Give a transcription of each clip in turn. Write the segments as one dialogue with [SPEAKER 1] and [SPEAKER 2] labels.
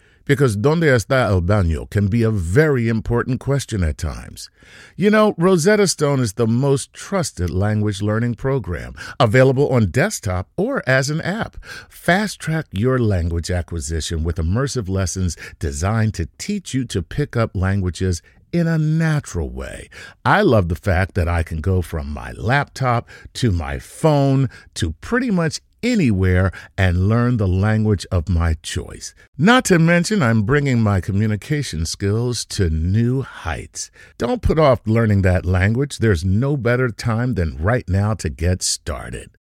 [SPEAKER 1] Because donde está el baño can be a very important question at times. You know, Rosetta Stone is the most trusted language learning program, available on desktop or as an app. Fast track your language acquisition with immersive lessons designed to teach you to pick up languages in a natural way. I love the fact that I can go from my laptop to my phone to pretty much anywhere and learn the language of my choice. Not to mention, I'm bringing my communication skills to new heights. Don't put off learning that language. There's no better time than right now to get started.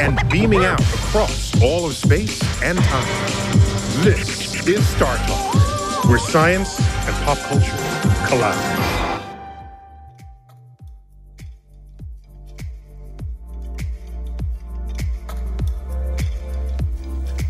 [SPEAKER 2] and beaming out across all of space and time, this is Star Talk, where science and pop culture collide.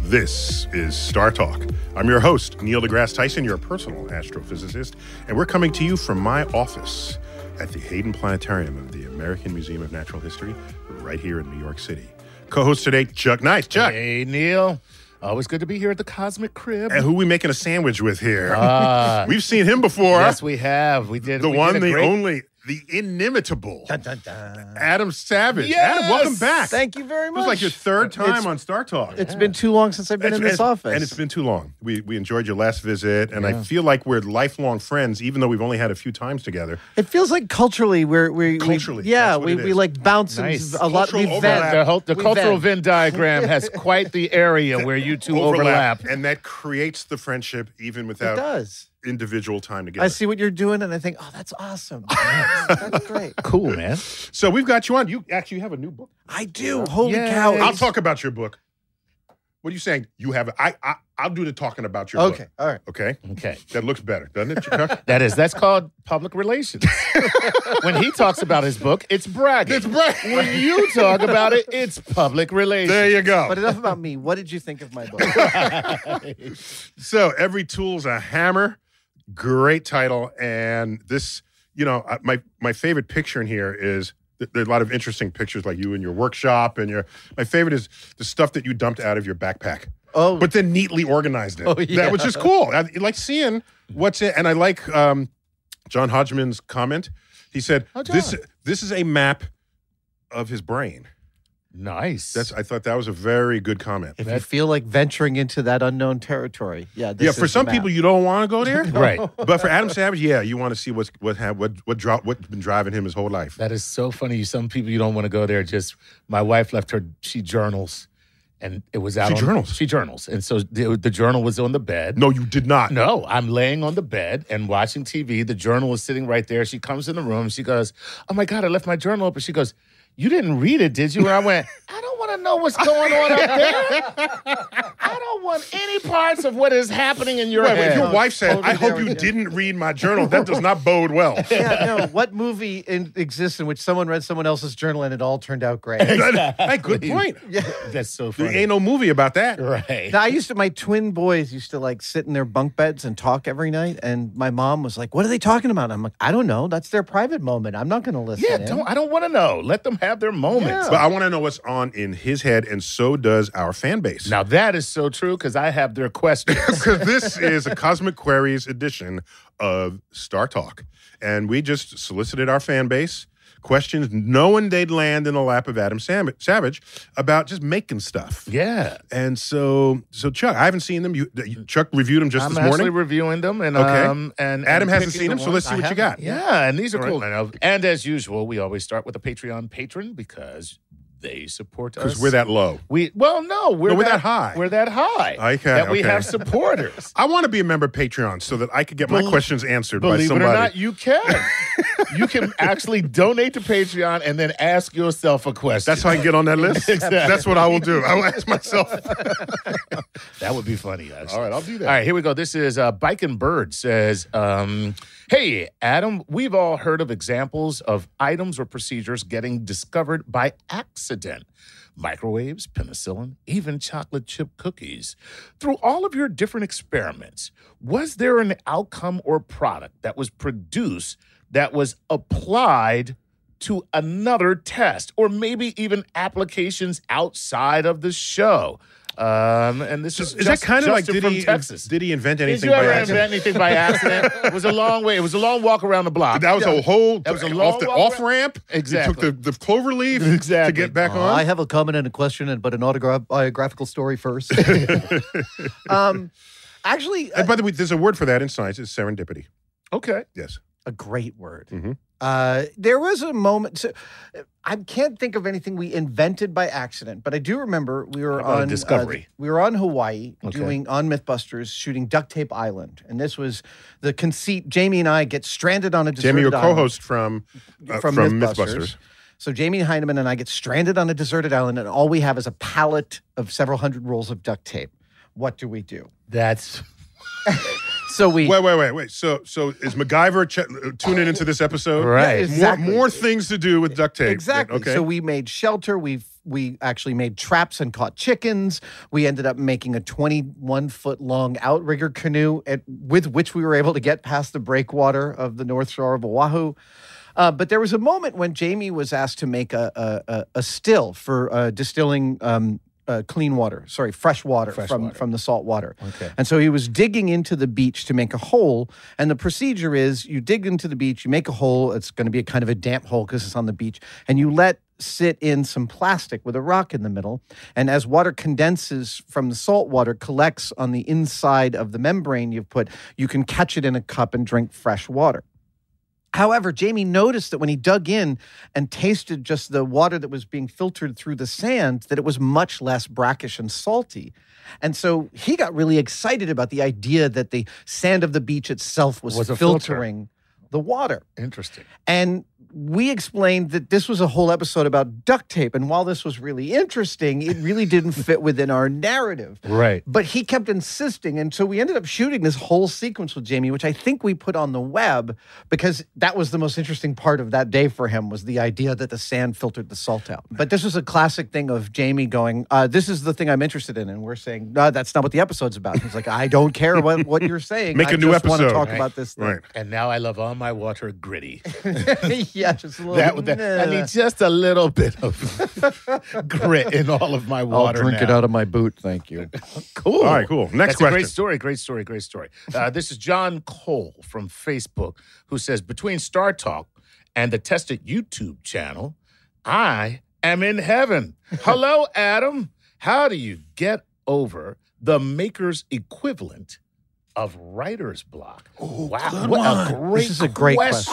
[SPEAKER 2] This is Star Talk. I'm your host, Neil deGrasse Tyson, your personal astrophysicist, and we're coming to you from my office at the Hayden Planetarium of the American Museum of Natural History, right here in New York City. Co host today, Chuck Knight. Chuck,
[SPEAKER 1] Hey, Neil. Always good to be here at the Cosmic Crib.
[SPEAKER 2] and who we making a sandwich with here?
[SPEAKER 1] Ah.
[SPEAKER 2] We've seen him before.
[SPEAKER 1] yes, we have. We did
[SPEAKER 2] the
[SPEAKER 1] we
[SPEAKER 2] one,
[SPEAKER 1] did a
[SPEAKER 2] the
[SPEAKER 1] great-
[SPEAKER 2] only, the inimitable
[SPEAKER 1] Dun, dun, dun.
[SPEAKER 2] Adam Savage. Adam,
[SPEAKER 1] Yes!
[SPEAKER 2] welcome back.
[SPEAKER 3] Thank you very
[SPEAKER 2] It
[SPEAKER 3] much.
[SPEAKER 2] was like your third time
[SPEAKER 3] It's-
[SPEAKER 2] on Star Talk.
[SPEAKER 3] It's been too long since I've been
[SPEAKER 2] It's-
[SPEAKER 3] in this
[SPEAKER 2] and-
[SPEAKER 3] office.
[SPEAKER 2] and it's been too long. We we enjoyed your last visit, and I feel like we're lifelong friends, even though we've only had a few times together.
[SPEAKER 3] it feels like culturally we're we we-
[SPEAKER 2] Culturally,
[SPEAKER 3] yeah
[SPEAKER 2] that's what
[SPEAKER 3] we,
[SPEAKER 2] it
[SPEAKER 3] we
[SPEAKER 2] is.
[SPEAKER 3] like bounce
[SPEAKER 1] Nice.
[SPEAKER 3] a lot.
[SPEAKER 2] Cultural
[SPEAKER 3] We
[SPEAKER 2] overlap.
[SPEAKER 3] vent.
[SPEAKER 1] The, whole, the
[SPEAKER 3] We
[SPEAKER 1] cultural
[SPEAKER 3] vent.
[SPEAKER 1] Venn diagram has quite the area where you two overlap.
[SPEAKER 2] and that creates the friendship, even
[SPEAKER 3] It
[SPEAKER 2] without
[SPEAKER 3] does.
[SPEAKER 2] individual time together.
[SPEAKER 3] I see what you're doing, and I think, oh, that's awesome. That's, that's great.
[SPEAKER 1] Cool, man.
[SPEAKER 2] So we've got you on. You actually have a new book.
[SPEAKER 3] I do. Holy
[SPEAKER 1] Yay.
[SPEAKER 3] cow!
[SPEAKER 2] I'll
[SPEAKER 3] it's-
[SPEAKER 2] talk about your book. What are you saying? You have. I. I I'll do the talking about your
[SPEAKER 3] Okay.
[SPEAKER 2] book.
[SPEAKER 3] All right.
[SPEAKER 2] Okay.
[SPEAKER 1] Okay.
[SPEAKER 2] That looks better, doesn't it? Chuck?
[SPEAKER 1] That is, that's called public relations. when he talks about his book, it's bragging.
[SPEAKER 2] it's bright.
[SPEAKER 1] when you talk about it, it's public relations.
[SPEAKER 2] There you go.
[SPEAKER 3] But enough about me. What did you think of my book?
[SPEAKER 2] So every tool's a hammer. Great title, and this, you know, I- my my favorite picture in here is th- there are a lot of interesting pictures, like you in your workshop, and your. My favorite is the stuff that you dumped out of your backpack,
[SPEAKER 3] Oh,
[SPEAKER 2] but then neatly organized it.
[SPEAKER 1] Oh, yeah.
[SPEAKER 2] That was just cool. I like seeing what's it, and I like um, John Hodgman's comment. He said,
[SPEAKER 1] Oh,
[SPEAKER 2] "This
[SPEAKER 1] John.
[SPEAKER 2] this is a map." Of his brain.
[SPEAKER 1] Nice.
[SPEAKER 2] That's. I thought that was a very good comment.
[SPEAKER 3] if you
[SPEAKER 1] that-
[SPEAKER 3] feel like venturing into that unknown territory, yeah, this
[SPEAKER 2] yeah,
[SPEAKER 3] is
[SPEAKER 2] for
[SPEAKER 3] the
[SPEAKER 2] some
[SPEAKER 3] map.
[SPEAKER 2] people, you don't want to go there.
[SPEAKER 1] right.
[SPEAKER 2] but for Adam Savage, yeah, you want to see what's what have what what dro- what's been driving him his whole life.
[SPEAKER 1] That is so funny. You Some people you don't want to go there. Just my wife left her. She journals, and it was out.
[SPEAKER 2] She
[SPEAKER 1] on-
[SPEAKER 2] journals?
[SPEAKER 1] She journals, and so the, the journal was on the bed.
[SPEAKER 2] No, you did not.
[SPEAKER 1] No, I'm laying on the bed and watching TV. The journal is sitting right there. She comes in the room. She goes, "Oh my god, I left my journal open." She goes, "You didn't read it, did you?" And I went, "I don't want to know what's going on up there. I don't want any parts of what is happening in your
[SPEAKER 2] Wait, wait,
[SPEAKER 1] head."
[SPEAKER 2] if your wife said,
[SPEAKER 3] Totally
[SPEAKER 2] "I hope
[SPEAKER 3] there
[SPEAKER 2] you
[SPEAKER 3] with you.
[SPEAKER 2] didn't read my journal," that does not bode well.
[SPEAKER 3] yeah, no. What movie in, exists in which someone read someone else's journal and it all turned out great?
[SPEAKER 2] Hey, good point.
[SPEAKER 1] That's so
[SPEAKER 2] There
[SPEAKER 1] funny.
[SPEAKER 2] ain't no movie about that.
[SPEAKER 1] right.
[SPEAKER 3] Now, I used to, my twin boys used to like sit in their bunk beds and talk every night. And my mom was like, What are they talking about? I'm like, I don't know. That's their private moment. I'm not going to listen.
[SPEAKER 1] Yeah,
[SPEAKER 3] in."
[SPEAKER 1] don't, I don't want to know. Let them have their moments. um,
[SPEAKER 2] But I want to know what's on in his head, and so does our fan base.
[SPEAKER 1] Now that is so true because I have their questions.
[SPEAKER 2] because this is a Cosmic Queries edition of Star Talk. And we just solicited our fan base questions, knowing they'd land in the lap of Adam Sam- Savage about just making stuff.
[SPEAKER 1] yeah.
[SPEAKER 2] And so, so Chuck, I haven't seen them. You, Chuck reviewed them just
[SPEAKER 1] I'm
[SPEAKER 2] this
[SPEAKER 1] actually
[SPEAKER 2] morning.
[SPEAKER 1] reviewing them, and
[SPEAKER 2] Okay.
[SPEAKER 1] um, and
[SPEAKER 2] Adam
[SPEAKER 1] and
[SPEAKER 2] hasn't
[SPEAKER 1] picking
[SPEAKER 2] seen
[SPEAKER 1] the
[SPEAKER 2] them, so
[SPEAKER 1] ones
[SPEAKER 2] let's see
[SPEAKER 1] I
[SPEAKER 2] what you
[SPEAKER 1] haven't.
[SPEAKER 2] got.
[SPEAKER 1] Yeah, and these are
[SPEAKER 2] All right.
[SPEAKER 1] cool. And, uh, and as usual, we always start with a Patreon patron because they support us.
[SPEAKER 2] because we're that low.
[SPEAKER 1] We well, no, we're,
[SPEAKER 2] No, we're that high.
[SPEAKER 1] We're that high.
[SPEAKER 2] Okay,
[SPEAKER 1] that we
[SPEAKER 2] okay.
[SPEAKER 1] have supporters.
[SPEAKER 2] I want to be a member of Patreon so that I could get my
[SPEAKER 1] Bel-
[SPEAKER 2] questions answered by
[SPEAKER 1] Believe it or
[SPEAKER 2] somebody.
[SPEAKER 1] not, you can. you can actually donate to Patreon and then ask yourself a question.
[SPEAKER 2] That's how I get on that list. That's what I will do. I will ask myself.
[SPEAKER 1] That would be funny. Actually.
[SPEAKER 2] All right, I'll do that.
[SPEAKER 1] All right, here we go. This is uh, Bike and Bird says, um, "Hey, Adam, we've all heard of examples of items or procedures getting discovered by accident." Microwaves, penicillin, even chocolate chip cookies. Through all of your different experiments, was there an outcome or product that was produced that was applied to another test or maybe even applications outside of the show. Um, and this is,
[SPEAKER 2] Is that
[SPEAKER 1] Just-
[SPEAKER 2] kind of like
[SPEAKER 1] Justin
[SPEAKER 2] did
[SPEAKER 1] from
[SPEAKER 2] he,
[SPEAKER 1] Texas.
[SPEAKER 2] did he invent
[SPEAKER 1] Did
[SPEAKER 2] anything
[SPEAKER 1] you
[SPEAKER 2] by
[SPEAKER 1] ever
[SPEAKER 2] accident?
[SPEAKER 1] invent anything by accident? it was a long way. It was a long walk around the block.
[SPEAKER 2] That was a whole
[SPEAKER 1] That was a long
[SPEAKER 2] off the
[SPEAKER 1] walk
[SPEAKER 2] off
[SPEAKER 1] around.
[SPEAKER 2] ramp.
[SPEAKER 1] Exactly.
[SPEAKER 2] You took the, the clover leaf
[SPEAKER 1] Exactly.
[SPEAKER 2] to get back
[SPEAKER 3] Uh, I
[SPEAKER 2] on.
[SPEAKER 3] have a comment and a question, and but an autobiographical story first. um, actually,
[SPEAKER 2] And
[SPEAKER 3] a,
[SPEAKER 2] by the way, there's a word for that in science. It's serendipity.
[SPEAKER 1] okay.
[SPEAKER 2] Yes.
[SPEAKER 3] a great word.
[SPEAKER 2] Mhm.
[SPEAKER 3] Uh, there was a moment. So, I can't think of anything we invented by accident, but I do remember we were
[SPEAKER 1] How about a
[SPEAKER 3] on uh,
[SPEAKER 1] discovery?
[SPEAKER 3] we were on Hawaii
[SPEAKER 1] Okay.
[SPEAKER 3] doing on MythBusters shooting Duct Tape Island, and this was the conceit. Jamie and I get stranded on a deserted
[SPEAKER 2] Jamie, your
[SPEAKER 3] island.
[SPEAKER 2] co-host from uh,
[SPEAKER 3] from,
[SPEAKER 2] from,
[SPEAKER 3] Mythbusters.
[SPEAKER 2] MythBusters.
[SPEAKER 3] So Jamie Heineman and I get stranded on a deserted island, and all we have is a pallet of several hundred rolls of duct tape. What do we do?
[SPEAKER 1] That's
[SPEAKER 3] So we
[SPEAKER 2] Wait, wait, wait, wait. So, so is MacGyver ch- tuning into this episode?
[SPEAKER 1] Right.
[SPEAKER 2] More, more things to do with duct tape. than-
[SPEAKER 3] exactly.
[SPEAKER 2] Okay.
[SPEAKER 3] So we made shelter. We we actually made traps and caught chickens. We ended up making a 21 foot long outrigger canoe, at, with which we were able to get past the breakwater of the North Shore of Oahu. Uh, but there was a moment when Jamie was asked to make a a, a, a still for uh, distilling um, uh, clean water, sorry, fresh water
[SPEAKER 1] Fresh
[SPEAKER 3] from
[SPEAKER 1] water.
[SPEAKER 3] from the salt water.
[SPEAKER 1] Okay.
[SPEAKER 3] And so he was digging into the beach to make a hole. And the procedure is you dig into the beach, you make a hole. It's going to be a kind of a damp hole because it's on the beach, and you let sit in some plastic with a rock in the middle. And as water condenses from the salt water, collects on the inside of the membrane you've put, you can catch it in a cup and drink fresh water. However, Jamie noticed that when he dug in and tasted just the water that was being filtered through the sand, that it was much less brackish and salty. And so he got really excited about the idea that the sand of the beach itself was,
[SPEAKER 1] Was a filter.
[SPEAKER 3] filtering the water.
[SPEAKER 1] interesting.
[SPEAKER 3] And we explained that this was a whole episode about duct tape. And while this was really interesting, it really didn't fit within our narrative.
[SPEAKER 1] Right.
[SPEAKER 3] But he kept insisting. And so we ended up shooting this whole sequence with Jamie, which I think we put on the web because that was the most interesting part of that day for him was the idea that the sand filtered the salt out. But this was a classic thing of Jamie going, uh, this is the thing I'm interested in. And we're saying, no, that's not what the episode's about. He's like, I don't care what, what you're saying.
[SPEAKER 2] Make
[SPEAKER 3] I
[SPEAKER 2] a new
[SPEAKER 3] just want to
[SPEAKER 2] episode."
[SPEAKER 3] talk
[SPEAKER 2] Right.
[SPEAKER 3] about this thing.
[SPEAKER 2] right.
[SPEAKER 1] And now I love all my water gritty.
[SPEAKER 3] yeah, just a little
[SPEAKER 1] That, that I need just a little bit of grit in all of my water. now.
[SPEAKER 3] of my boot, thank you.
[SPEAKER 1] Cool.
[SPEAKER 2] All right, cool. Next
[SPEAKER 1] That's A
[SPEAKER 2] question.
[SPEAKER 1] great story. Great story. Great story. Uh, this is John Cole from Facebook who says between Star Talk and the Tested YouTube channel, I am in heaven. Hello, Adam. How do you get over the maker's equivalent of writer's block? wow, what a great
[SPEAKER 3] This is a great question.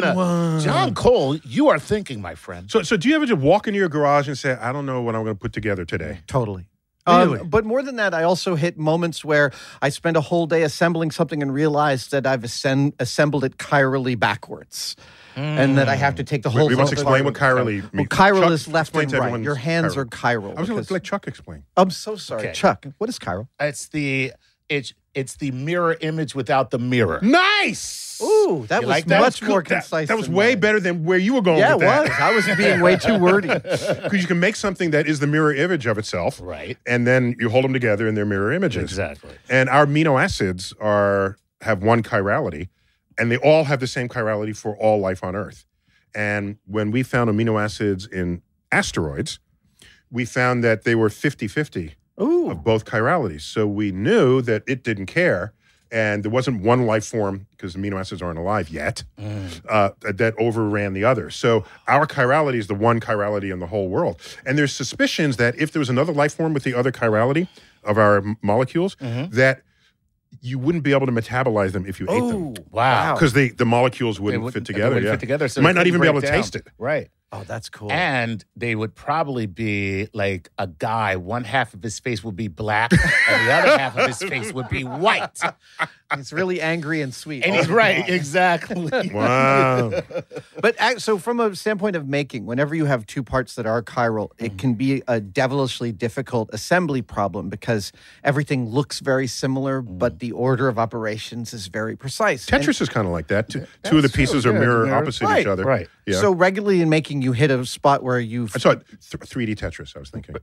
[SPEAKER 1] question. John Cole, you are thinking, my friend.
[SPEAKER 2] So, so do you ever just walk into your garage and say, "I don't know what I'm going to put together today"?
[SPEAKER 3] Totally.
[SPEAKER 1] Really?
[SPEAKER 3] Um, but more than that, I also hit moments where I spend a whole day assembling something and realize that I've ascend- assembled it chirally backwards, and that I have to take the
[SPEAKER 2] We,
[SPEAKER 3] whole.
[SPEAKER 2] Hmm. we must
[SPEAKER 3] thing-
[SPEAKER 2] explain what chiral means.
[SPEAKER 3] Well, chiral
[SPEAKER 2] Chuck,
[SPEAKER 3] is left
[SPEAKER 2] explain
[SPEAKER 3] and
[SPEAKER 2] to
[SPEAKER 3] right.
[SPEAKER 2] everyone
[SPEAKER 3] Your hands
[SPEAKER 2] chiral.
[SPEAKER 3] are chiral.
[SPEAKER 2] I was going
[SPEAKER 3] because-
[SPEAKER 2] to let Chuck explain.
[SPEAKER 3] I'm so sorry,
[SPEAKER 1] Okay.
[SPEAKER 3] Chuck. What is chiral?
[SPEAKER 1] It's the it's it's the mirror image without the mirror.
[SPEAKER 2] Nice.
[SPEAKER 3] Ooh, that
[SPEAKER 1] You
[SPEAKER 3] was
[SPEAKER 1] like that?
[SPEAKER 3] much more
[SPEAKER 2] Good. That-
[SPEAKER 3] concise.
[SPEAKER 2] That, was
[SPEAKER 3] than
[SPEAKER 2] way
[SPEAKER 3] mine.
[SPEAKER 2] better than where you were going.
[SPEAKER 3] Yeah, it
[SPEAKER 2] with that.
[SPEAKER 3] was. I was being way too wordy.
[SPEAKER 2] Because you can make something that is the mirror image of itself,
[SPEAKER 1] Right.
[SPEAKER 2] and then you hold them together and they're mirror images.
[SPEAKER 1] Exactly.
[SPEAKER 2] And our amino acids are have one chirality, and they all have the same chirality for all life on Earth. And when we found amino acids in asteroids, we found that they were 50 50
[SPEAKER 3] Ooh.
[SPEAKER 2] of both chiralities. So we knew that it didn't care. And there wasn't one life form, because amino acids aren't alive yet,
[SPEAKER 1] Mm.
[SPEAKER 2] uh, that overran the other. So our chirality is the one chirality in the whole world. And there's suspicions that if there was another life form with the other chirality of our m- molecules,
[SPEAKER 1] Mm-hmm.
[SPEAKER 2] that you wouldn't be able to metabolize them if you ate them.
[SPEAKER 1] Oh, wow.
[SPEAKER 2] Because the, the molecules wouldn't, fit
[SPEAKER 1] they
[SPEAKER 2] together.
[SPEAKER 1] wouldn't
[SPEAKER 2] yeah.
[SPEAKER 1] fit together, so
[SPEAKER 2] you might
[SPEAKER 1] it
[SPEAKER 2] not even be
[SPEAKER 1] couldn't
[SPEAKER 2] able to
[SPEAKER 1] break down.
[SPEAKER 2] taste it.
[SPEAKER 1] Right.
[SPEAKER 3] Oh, that's cool.
[SPEAKER 1] And they would probably be like a guy, one half of his face would be black and the other half of his face would be white. Oh,
[SPEAKER 3] He's really angry and sweet. Oh.
[SPEAKER 1] And he's right, exactly.
[SPEAKER 2] Wow.
[SPEAKER 3] But act- so, from a standpoint of making, whenever you have two parts that are chiral, it can be a devilishly difficult assembly problem because everything looks very similar, but the order of operations is very precise. And
[SPEAKER 2] Tetris is kind of like that. Two, two of the
[SPEAKER 1] That's true,
[SPEAKER 2] pieces
[SPEAKER 1] yeah,
[SPEAKER 2] are mirror
[SPEAKER 1] they're-
[SPEAKER 2] opposite
[SPEAKER 3] Right,
[SPEAKER 2] each other.
[SPEAKER 1] right.
[SPEAKER 2] Yeah.
[SPEAKER 3] So regularly in making, you hit a spot where you've
[SPEAKER 2] I saw it, th- 3D Tetris. I was thinking.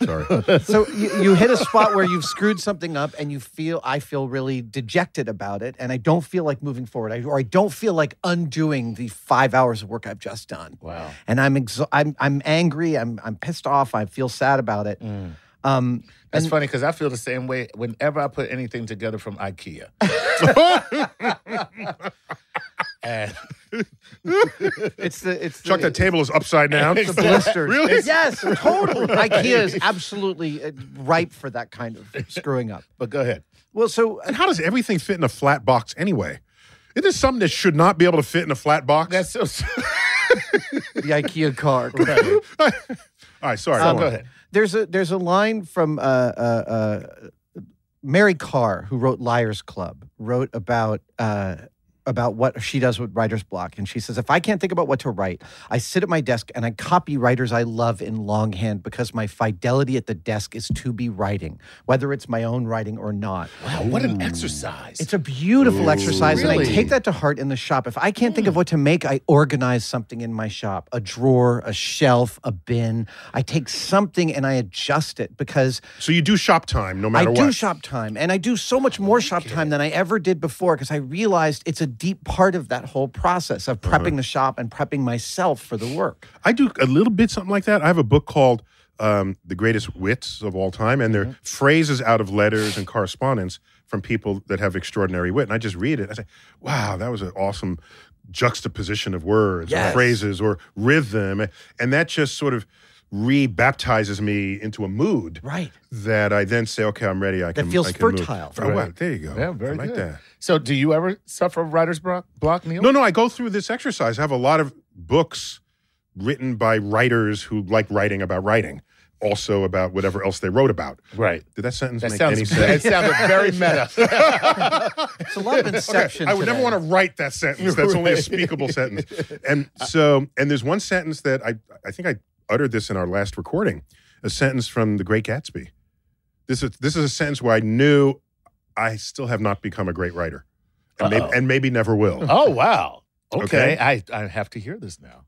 [SPEAKER 2] Sorry.
[SPEAKER 3] so you, you hit a spot where you've screwed something up, and you feel I feel really dejected about it, and I don't feel like moving forward, I, or I don't feel like undoing the five hours of work I've just done.
[SPEAKER 1] Wow.
[SPEAKER 3] and I'm exo- I'm I'm angry. I'm I'm pissed off. I feel sad about it. Um,
[SPEAKER 1] That's funny because I feel the same way whenever I put anything together from IKEA. and
[SPEAKER 3] it's the it's
[SPEAKER 2] Chuck,
[SPEAKER 3] the,
[SPEAKER 2] that table is upside down.
[SPEAKER 3] the blisters.
[SPEAKER 2] Really?
[SPEAKER 3] Yes, totally. IKEA is absolutely uh, ripe for that kind of screwing up.
[SPEAKER 1] but go ahead.
[SPEAKER 3] Well, so uh,
[SPEAKER 2] And how does everything fit in a flat box anyway? It is something that should not be able to fit in a flat box.
[SPEAKER 1] That's so
[SPEAKER 3] the IKEA card.
[SPEAKER 2] All right. Sorry.
[SPEAKER 3] Oh,
[SPEAKER 1] So
[SPEAKER 2] go
[SPEAKER 1] go
[SPEAKER 2] on.
[SPEAKER 1] ahead.
[SPEAKER 3] There's a there's a line from uh, uh, uh, Mary Carr, who wrote Liars Club, wrote about uh, about what she does with writer's block, and she says, if I can't think about what to write, I sit at my desk and I copy writers I love in longhand because my fidelity at the desk is to be writing, whether it's my own writing or not.
[SPEAKER 1] Wow, what an exercise.
[SPEAKER 3] It's a beautiful exercise, and I
[SPEAKER 1] Really?
[SPEAKER 3] take that to heart in the shop. If I can't think of what to make, I organize something in my shop a drawer, a shelf, a bin. I take something and I adjust it because
[SPEAKER 2] So you do shop time no
[SPEAKER 3] I
[SPEAKER 2] matter
[SPEAKER 3] do
[SPEAKER 2] what.
[SPEAKER 3] shop time, and I do so much more shop time than I ever did before because I realized it's a deep part of that whole process of prepping the shop and prepping myself for the work.
[SPEAKER 2] I do a little bit something like that. I have a book called um, "The Greatest Wits of All Time," and they're phrases out of letters and correspondence from people that have extraordinary wit. And I just read it. I say, "Wow, that was an awesome juxtaposition of words, or
[SPEAKER 3] Yes.
[SPEAKER 2] phrases, or rhythm," and that just sort of rebaptizes me into a mood
[SPEAKER 3] Right.
[SPEAKER 2] that I then say, "Okay, I'm ready. I can."
[SPEAKER 3] feels
[SPEAKER 2] I can move."
[SPEAKER 3] fertile.
[SPEAKER 2] Oh, wow, there you go.
[SPEAKER 1] yeah, very
[SPEAKER 2] I like
[SPEAKER 1] good.
[SPEAKER 2] that.
[SPEAKER 1] So, do you ever suffer writer's block, block Neil?
[SPEAKER 2] No, no, I go through this exercise. I have a lot of books written by writers who like writing about writing, also about whatever else they wrote about.
[SPEAKER 1] Right.
[SPEAKER 2] Did that sentence
[SPEAKER 1] That
[SPEAKER 2] make
[SPEAKER 1] sounds,
[SPEAKER 2] any
[SPEAKER 1] it
[SPEAKER 2] sense?
[SPEAKER 1] sounded very meta.
[SPEAKER 3] It's a lot of inception.
[SPEAKER 2] I would never want to write that sentence. That's only a speakable sentence. And so, and there's one sentence that I, I think I uttered this in our last recording, a sentence from The Great Gatsby. This is this is a sentence where I knew I still have not become a great writer, and, maybe,
[SPEAKER 1] Uh-oh.
[SPEAKER 2] and maybe never will.
[SPEAKER 1] oh, wow. Okay.
[SPEAKER 2] Okay.
[SPEAKER 1] I, I have to hear this now.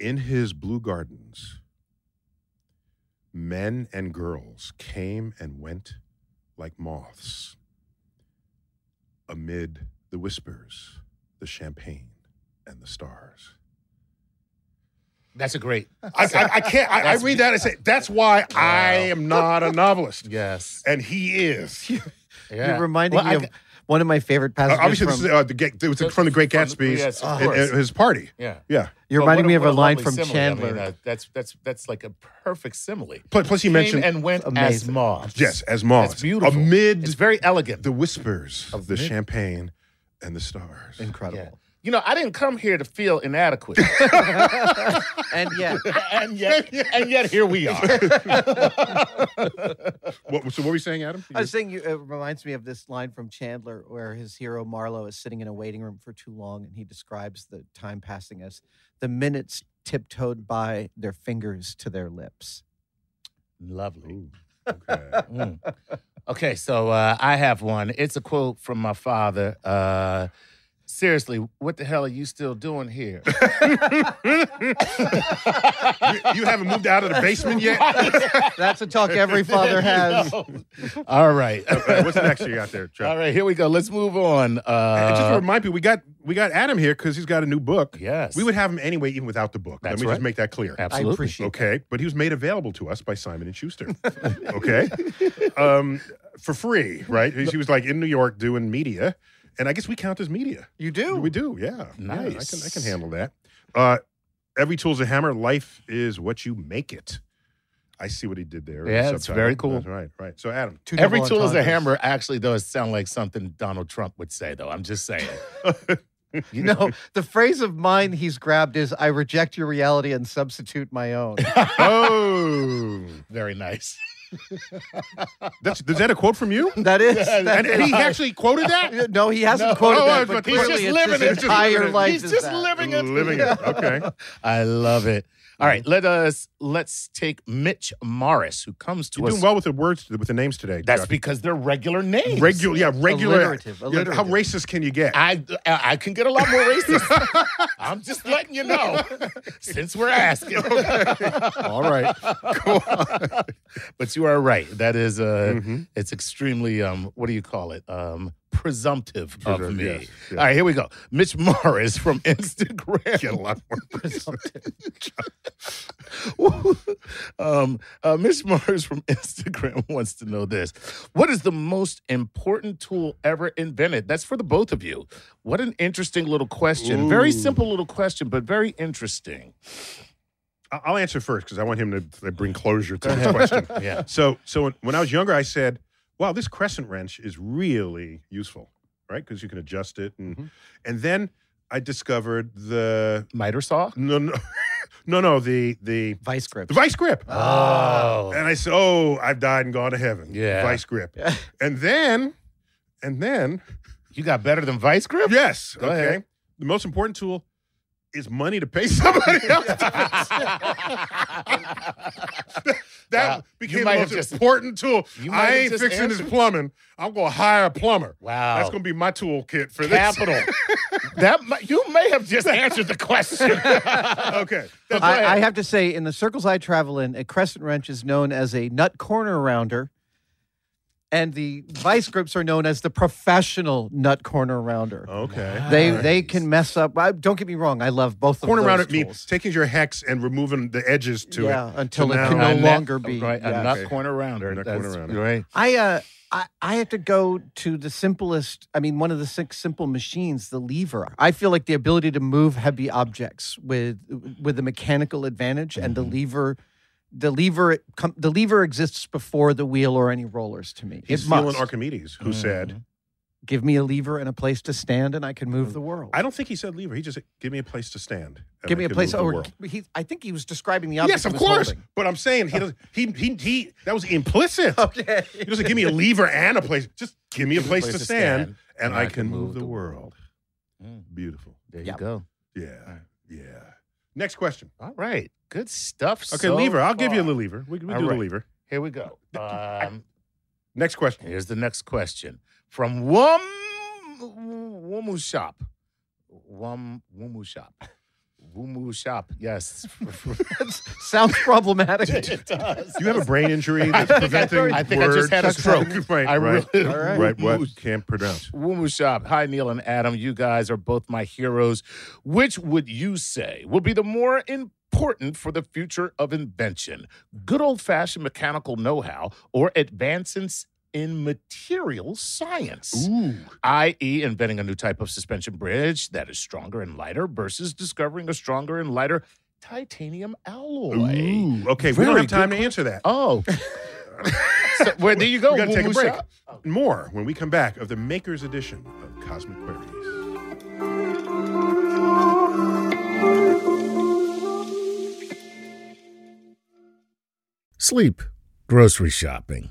[SPEAKER 2] in his blue gardens, men and girls came and went like moths amid the whispers, the champagne, and the stars.
[SPEAKER 1] That's a great.
[SPEAKER 2] I, I, I can't, I, I
[SPEAKER 1] That's-
[SPEAKER 2] read that and say, that's why I
[SPEAKER 1] Wow.
[SPEAKER 2] am not a novelist.
[SPEAKER 1] Yes.
[SPEAKER 2] And he is.
[SPEAKER 1] Yeah.
[SPEAKER 3] You're reminding
[SPEAKER 1] Well,
[SPEAKER 3] me
[SPEAKER 1] I
[SPEAKER 3] of
[SPEAKER 1] g-
[SPEAKER 3] one of my favorite
[SPEAKER 2] Uh,
[SPEAKER 3] passages.
[SPEAKER 2] obviously,
[SPEAKER 3] from,
[SPEAKER 2] this is, uh, the, Ga- it was from the Great
[SPEAKER 1] From the-
[SPEAKER 2] Gatsby
[SPEAKER 1] yes, of
[SPEAKER 2] and-
[SPEAKER 1] course.
[SPEAKER 2] and his party.
[SPEAKER 1] Yeah.
[SPEAKER 2] Yeah.
[SPEAKER 3] you're
[SPEAKER 1] But
[SPEAKER 3] reminding
[SPEAKER 1] what
[SPEAKER 3] me of a line
[SPEAKER 1] lovely
[SPEAKER 3] from
[SPEAKER 1] simile.
[SPEAKER 3] Chandler.
[SPEAKER 1] I mean, uh, that's that's that's like a perfect simile.
[SPEAKER 2] Plus, plus he
[SPEAKER 1] Came
[SPEAKER 2] mentioned,
[SPEAKER 1] and went as
[SPEAKER 3] Amazing.
[SPEAKER 1] moths.
[SPEAKER 2] yes, as moths.
[SPEAKER 1] That's beautiful.
[SPEAKER 2] Amid
[SPEAKER 1] It's very elegant.
[SPEAKER 2] the whispers of the
[SPEAKER 1] mid-
[SPEAKER 2] champagne and the stars.
[SPEAKER 3] Incredible.
[SPEAKER 1] Yeah. You know, I didn't come here to feel inadequate,
[SPEAKER 3] And yeah,
[SPEAKER 1] and yet, and yet here we are.
[SPEAKER 2] What, so what were we saying, Adam?
[SPEAKER 3] I was saying you, it reminds me of this line from Chandler where his hero Marlowe is sitting in a waiting room for too long and he describes the time passing as the minutes tiptoed by their fingers to their lips.
[SPEAKER 1] Lovely.
[SPEAKER 2] okay.
[SPEAKER 1] Mm. Okay, so uh, I have one. It's a quote from my father. Uh, Seriously, what the hell are you still doing here?
[SPEAKER 2] you haven't moved out of the basement yet?
[SPEAKER 3] That's a talk every father has.
[SPEAKER 1] All right.
[SPEAKER 2] All right, Uh, what's next you got there, Chuck?
[SPEAKER 1] All right, here we go. Let's move on.
[SPEAKER 2] And just to
[SPEAKER 1] Uh,
[SPEAKER 2] remind people, we got we got Adam here because he's got a new book.
[SPEAKER 1] Yes.
[SPEAKER 2] We would have him anyway, even without the book.
[SPEAKER 1] That's
[SPEAKER 2] Let me
[SPEAKER 1] right.
[SPEAKER 2] just make that clear.
[SPEAKER 1] Absolutely.
[SPEAKER 3] I appreciate it.
[SPEAKER 2] Okay, but he was made available to us by Simon and Schuster. okay, um, for free, right? She was like in New York doing media, and I guess we count as media.
[SPEAKER 3] You do?
[SPEAKER 2] We do, yeah. Yeah, I can I can
[SPEAKER 1] Nice.
[SPEAKER 2] handle that. Uh, every tool's a hammer. Life is what you make it. I see what he did there. in the
[SPEAKER 1] Yeah, it's
[SPEAKER 2] subtitle.
[SPEAKER 1] very cool.
[SPEAKER 2] That's right, right. So Adam,
[SPEAKER 3] Two
[SPEAKER 1] Every
[SPEAKER 3] double
[SPEAKER 1] tool is a
[SPEAKER 3] entendres.
[SPEAKER 1] hammer actually does sound like something Donald Trump would say, though. I'm just saying.
[SPEAKER 3] You know, the phrase of mine he's grabbed is I reject your reality and substitute my own.
[SPEAKER 2] oh,
[SPEAKER 1] Very nice.
[SPEAKER 2] that's is that a quote from you?
[SPEAKER 3] That is. that
[SPEAKER 2] And, and
[SPEAKER 3] is-
[SPEAKER 2] he actually quoted that.
[SPEAKER 3] no, he hasn't
[SPEAKER 1] No.
[SPEAKER 3] quoted
[SPEAKER 2] Oh,
[SPEAKER 3] that,
[SPEAKER 2] it's
[SPEAKER 3] but
[SPEAKER 2] what- he's just
[SPEAKER 3] clearly it's
[SPEAKER 1] living it.
[SPEAKER 3] his
[SPEAKER 1] It's just
[SPEAKER 3] entire
[SPEAKER 2] living it.
[SPEAKER 3] life
[SPEAKER 1] He's
[SPEAKER 3] is
[SPEAKER 1] just
[SPEAKER 3] that.
[SPEAKER 1] living it.
[SPEAKER 2] Living it. Mm-hmm. Okay.
[SPEAKER 1] I love it. All right, let us let's take Mitch Morris, who comes to
[SPEAKER 2] You're
[SPEAKER 1] us.
[SPEAKER 2] doing well with the words, with the names today.
[SPEAKER 1] That's
[SPEAKER 2] Chuck.
[SPEAKER 1] because they're regular names.
[SPEAKER 2] regular. Yeah, regular.
[SPEAKER 3] Alliterative,
[SPEAKER 2] Yeah, how
[SPEAKER 3] alliterative.
[SPEAKER 2] racist can you get?
[SPEAKER 1] I I can get a lot more racist. I'm just letting you know, since we're asking.
[SPEAKER 2] All right.
[SPEAKER 1] but you are right. That is uh
[SPEAKER 2] Mhm.
[SPEAKER 1] it's extremely um what do you call it? Um presumptive of
[SPEAKER 2] Presumptive,
[SPEAKER 1] me.
[SPEAKER 2] yes, yes.
[SPEAKER 1] All right, here we go. Mitch Morris from Instagram.
[SPEAKER 2] Get a lot more.
[SPEAKER 1] um, uh, Miss Mars from Instagram wants to know this. What is the most important tool ever invented? That's for the both of you. What an interesting little question. Very
[SPEAKER 2] Ooh.
[SPEAKER 1] simple little question, but very interesting.
[SPEAKER 2] I- I'll answer first because I want him to uh, bring closure to this question.
[SPEAKER 1] Yeah.
[SPEAKER 2] So, so when, when I was younger, I said, "Wow, this crescent wrench is really useful, right? Because you can adjust it." And
[SPEAKER 1] Mm-hmm.
[SPEAKER 2] and then I discovered the
[SPEAKER 1] Miter saw?
[SPEAKER 2] no, no, no, no, the the
[SPEAKER 3] Vice grip.
[SPEAKER 2] the vice grip.
[SPEAKER 1] Oh.
[SPEAKER 2] And I said, "Oh, I've died and gone to heaven."
[SPEAKER 1] Yeah.
[SPEAKER 2] vice grip.
[SPEAKER 3] Yeah.
[SPEAKER 2] And then, and then,
[SPEAKER 1] You got better than Vice Grip?
[SPEAKER 2] yes,
[SPEAKER 1] Go
[SPEAKER 2] okay.
[SPEAKER 1] ahead.
[SPEAKER 2] The most important tool is money to pay somebody else. to fix it. That
[SPEAKER 1] Wow. You
[SPEAKER 2] became
[SPEAKER 1] might
[SPEAKER 2] the
[SPEAKER 1] have
[SPEAKER 2] most
[SPEAKER 1] just-
[SPEAKER 2] important tool.
[SPEAKER 1] you might
[SPEAKER 2] I
[SPEAKER 1] have
[SPEAKER 2] ain't
[SPEAKER 1] just
[SPEAKER 2] fixing
[SPEAKER 1] answered.
[SPEAKER 2] this plumbing. I'm gonna hire a plumber.
[SPEAKER 1] Wow.
[SPEAKER 2] That's gonna be my toolkit for
[SPEAKER 1] Oh. Capital. that might, you may have just answered the question.
[SPEAKER 2] this. okay. That's
[SPEAKER 1] Go ahead.
[SPEAKER 3] I, I have to say, in the circles I travel in, a crescent wrench is known as a nut corner rounder, and the vice grips are known as the professional nut corner rounder.
[SPEAKER 2] okay.
[SPEAKER 3] They they can mess up. I, don't get me wrong, I love both
[SPEAKER 2] Corner
[SPEAKER 3] of those
[SPEAKER 2] around it means
[SPEAKER 3] tools.
[SPEAKER 2] taking your hex and removing the edges to
[SPEAKER 3] yeah,
[SPEAKER 2] it.
[SPEAKER 3] until
[SPEAKER 2] So
[SPEAKER 3] it
[SPEAKER 2] now-
[SPEAKER 3] can no
[SPEAKER 1] A nut-
[SPEAKER 3] longer be.
[SPEAKER 1] Right, a
[SPEAKER 3] yeah.
[SPEAKER 1] nut
[SPEAKER 2] Okay.
[SPEAKER 1] corner rounder.
[SPEAKER 2] Nut corner
[SPEAKER 1] That's
[SPEAKER 2] rounder.
[SPEAKER 1] Right.
[SPEAKER 3] I uh I, I have to go to the simplest. I mean, one of the six simple machines, the lever. I feel like the ability to move heavy objects with with a mechanical advantage, and the
[SPEAKER 2] Mm-hmm.
[SPEAKER 3] lever, the lever, com- the lever exists before the wheel or any rollers to me.
[SPEAKER 2] He's
[SPEAKER 3] it must
[SPEAKER 2] stealing Archimedes,
[SPEAKER 1] Mm-hmm.
[SPEAKER 2] who said,
[SPEAKER 3] give me a lever and a place to stand, and I can move the world.
[SPEAKER 2] Mm. I don't think he said lever. He just said, give me a place to stand. and
[SPEAKER 3] give
[SPEAKER 2] I
[SPEAKER 3] me a
[SPEAKER 2] can
[SPEAKER 3] place.
[SPEAKER 2] move the
[SPEAKER 3] Or
[SPEAKER 2] world."
[SPEAKER 3] he, I think he was describing the object.
[SPEAKER 2] Yes, of
[SPEAKER 3] he was
[SPEAKER 2] course.
[SPEAKER 3] holding.
[SPEAKER 2] But I'm saying he doesn't. He he he. That was implicit.
[SPEAKER 3] Okay.
[SPEAKER 2] He doesn't give me a lever and a place. Just give me a place, to stand, and,
[SPEAKER 1] and
[SPEAKER 2] I can move the world. Beautiful.
[SPEAKER 1] Mm, There
[SPEAKER 3] Yeah.
[SPEAKER 1] you go.
[SPEAKER 2] Yeah. Yeah. Next question.
[SPEAKER 1] All right. Good stuff.
[SPEAKER 2] Okay,
[SPEAKER 1] so
[SPEAKER 2] lever. I'll give you a
[SPEAKER 1] far.
[SPEAKER 2] little lever. We, we
[SPEAKER 1] All
[SPEAKER 2] do
[SPEAKER 1] right.
[SPEAKER 2] the lever.
[SPEAKER 1] Here we go. Um,
[SPEAKER 2] Next question.
[SPEAKER 1] here's the next question from Wum Wumu Shop. Wum Wumu Shop. Wumu Shop. Yes.
[SPEAKER 3] Sounds problematic.
[SPEAKER 1] it does.
[SPEAKER 2] Do you have a brain injury that's
[SPEAKER 1] I think I-
[SPEAKER 2] preventing
[SPEAKER 1] I think I just
[SPEAKER 2] words-
[SPEAKER 1] had a stroke.
[SPEAKER 2] right,
[SPEAKER 1] I
[SPEAKER 2] right,
[SPEAKER 1] really-
[SPEAKER 3] All
[SPEAKER 2] right,
[SPEAKER 3] right.
[SPEAKER 2] What can't pronounce?
[SPEAKER 1] Wumu Shop. Hi, Neil and Adam. You guys are both my heroes. Which would you say will be the more important for the future of invention? Good old fashioned mechanical know how or advancements in material science?
[SPEAKER 2] Ooh.
[SPEAKER 1] i.e., inventing a new type of suspension bridge that is stronger and lighter versus discovering a stronger and lighter titanium alloy.
[SPEAKER 2] Ooh. Okay, we don't
[SPEAKER 1] Very
[SPEAKER 2] have time
[SPEAKER 1] good
[SPEAKER 2] to answer that.
[SPEAKER 1] Oh. so, where there you go.
[SPEAKER 2] we gotta take a
[SPEAKER 1] Wumu
[SPEAKER 2] break.
[SPEAKER 1] Shop.
[SPEAKER 2] More when we come back of the Maker's Edition of Cosmic Queries.
[SPEAKER 4] Sleep, grocery shopping,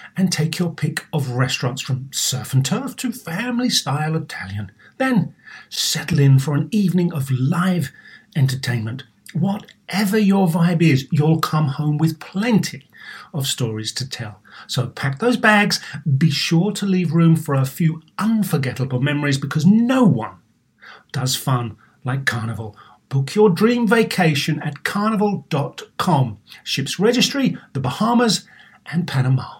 [SPEAKER 5] and take your pick of restaurants from surf and turf to family style Italian. Then settle in for an evening of live entertainment. Whatever your vibe is, you'll come home with plenty of stories to tell. So pack those bags, be sure to leave room for a few unforgettable memories because no one does fun like Carnival. Book your dream vacation at carnival.com. Ships registry, the Bahamas, and Panama.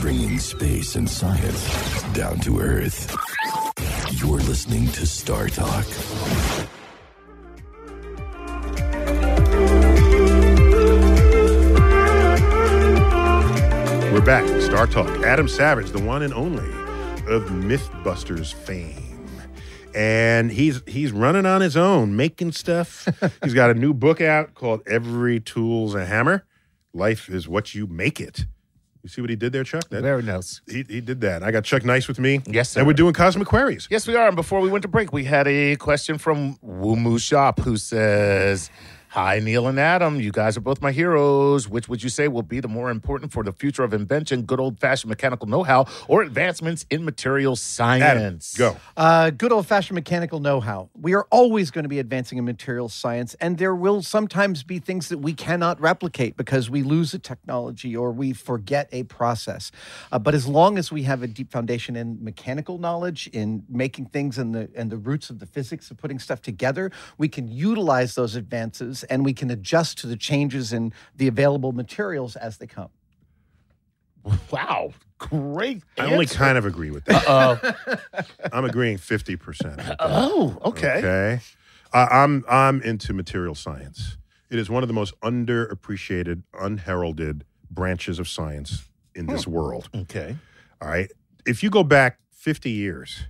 [SPEAKER 6] bringing space and science down to Earth. You're listening to Star Talk.
[SPEAKER 2] We're back. Star Talk. Adam Savage, the one and only of Mythbusters fame. And he's he's running on his own, making stuff. he's got a new book out called Every Tool's a Hammer. Life is what you make it. You see what he did there, Chuck? That,
[SPEAKER 7] Very nice.
[SPEAKER 2] he, he did that. I got Chuck Nice with me.
[SPEAKER 7] Yes, sir.
[SPEAKER 2] And we're doing Cosmic Queries.
[SPEAKER 7] Yes, we are. And before we went to break, we had a question from Wumu Shop who says, Hi, Neil and Adam. You guys are both my heroes. Which would you say will be the more important for the future of invention, good old fashioned mechanical know how, or advancements in material
[SPEAKER 2] Adam,
[SPEAKER 7] science?
[SPEAKER 2] go.
[SPEAKER 3] Uh, good old fashioned mechanical know how. We are always going to be advancing in materials science, and there will sometimes be things that we cannot replicate because we lose a technology or we forget a process. Uh, but as long as we have a deep foundation in mechanical knowledge, in making things and the, and the roots of the physics of putting stuff together, we can utilize those advances and we can adjust to the changes in the available materials as they come.
[SPEAKER 7] Wow. Great. Uh,
[SPEAKER 2] I only
[SPEAKER 7] answer.
[SPEAKER 2] kind of agree with that. I'm agreeing 50%. with that.
[SPEAKER 7] Oh, okay.
[SPEAKER 2] Okay. I I'm I'm into material science. It is one of the most underappreciated, unheralded branches of science in this
[SPEAKER 7] Hmm.
[SPEAKER 2] world.
[SPEAKER 7] Okay.
[SPEAKER 2] All right. If you go back 50 years,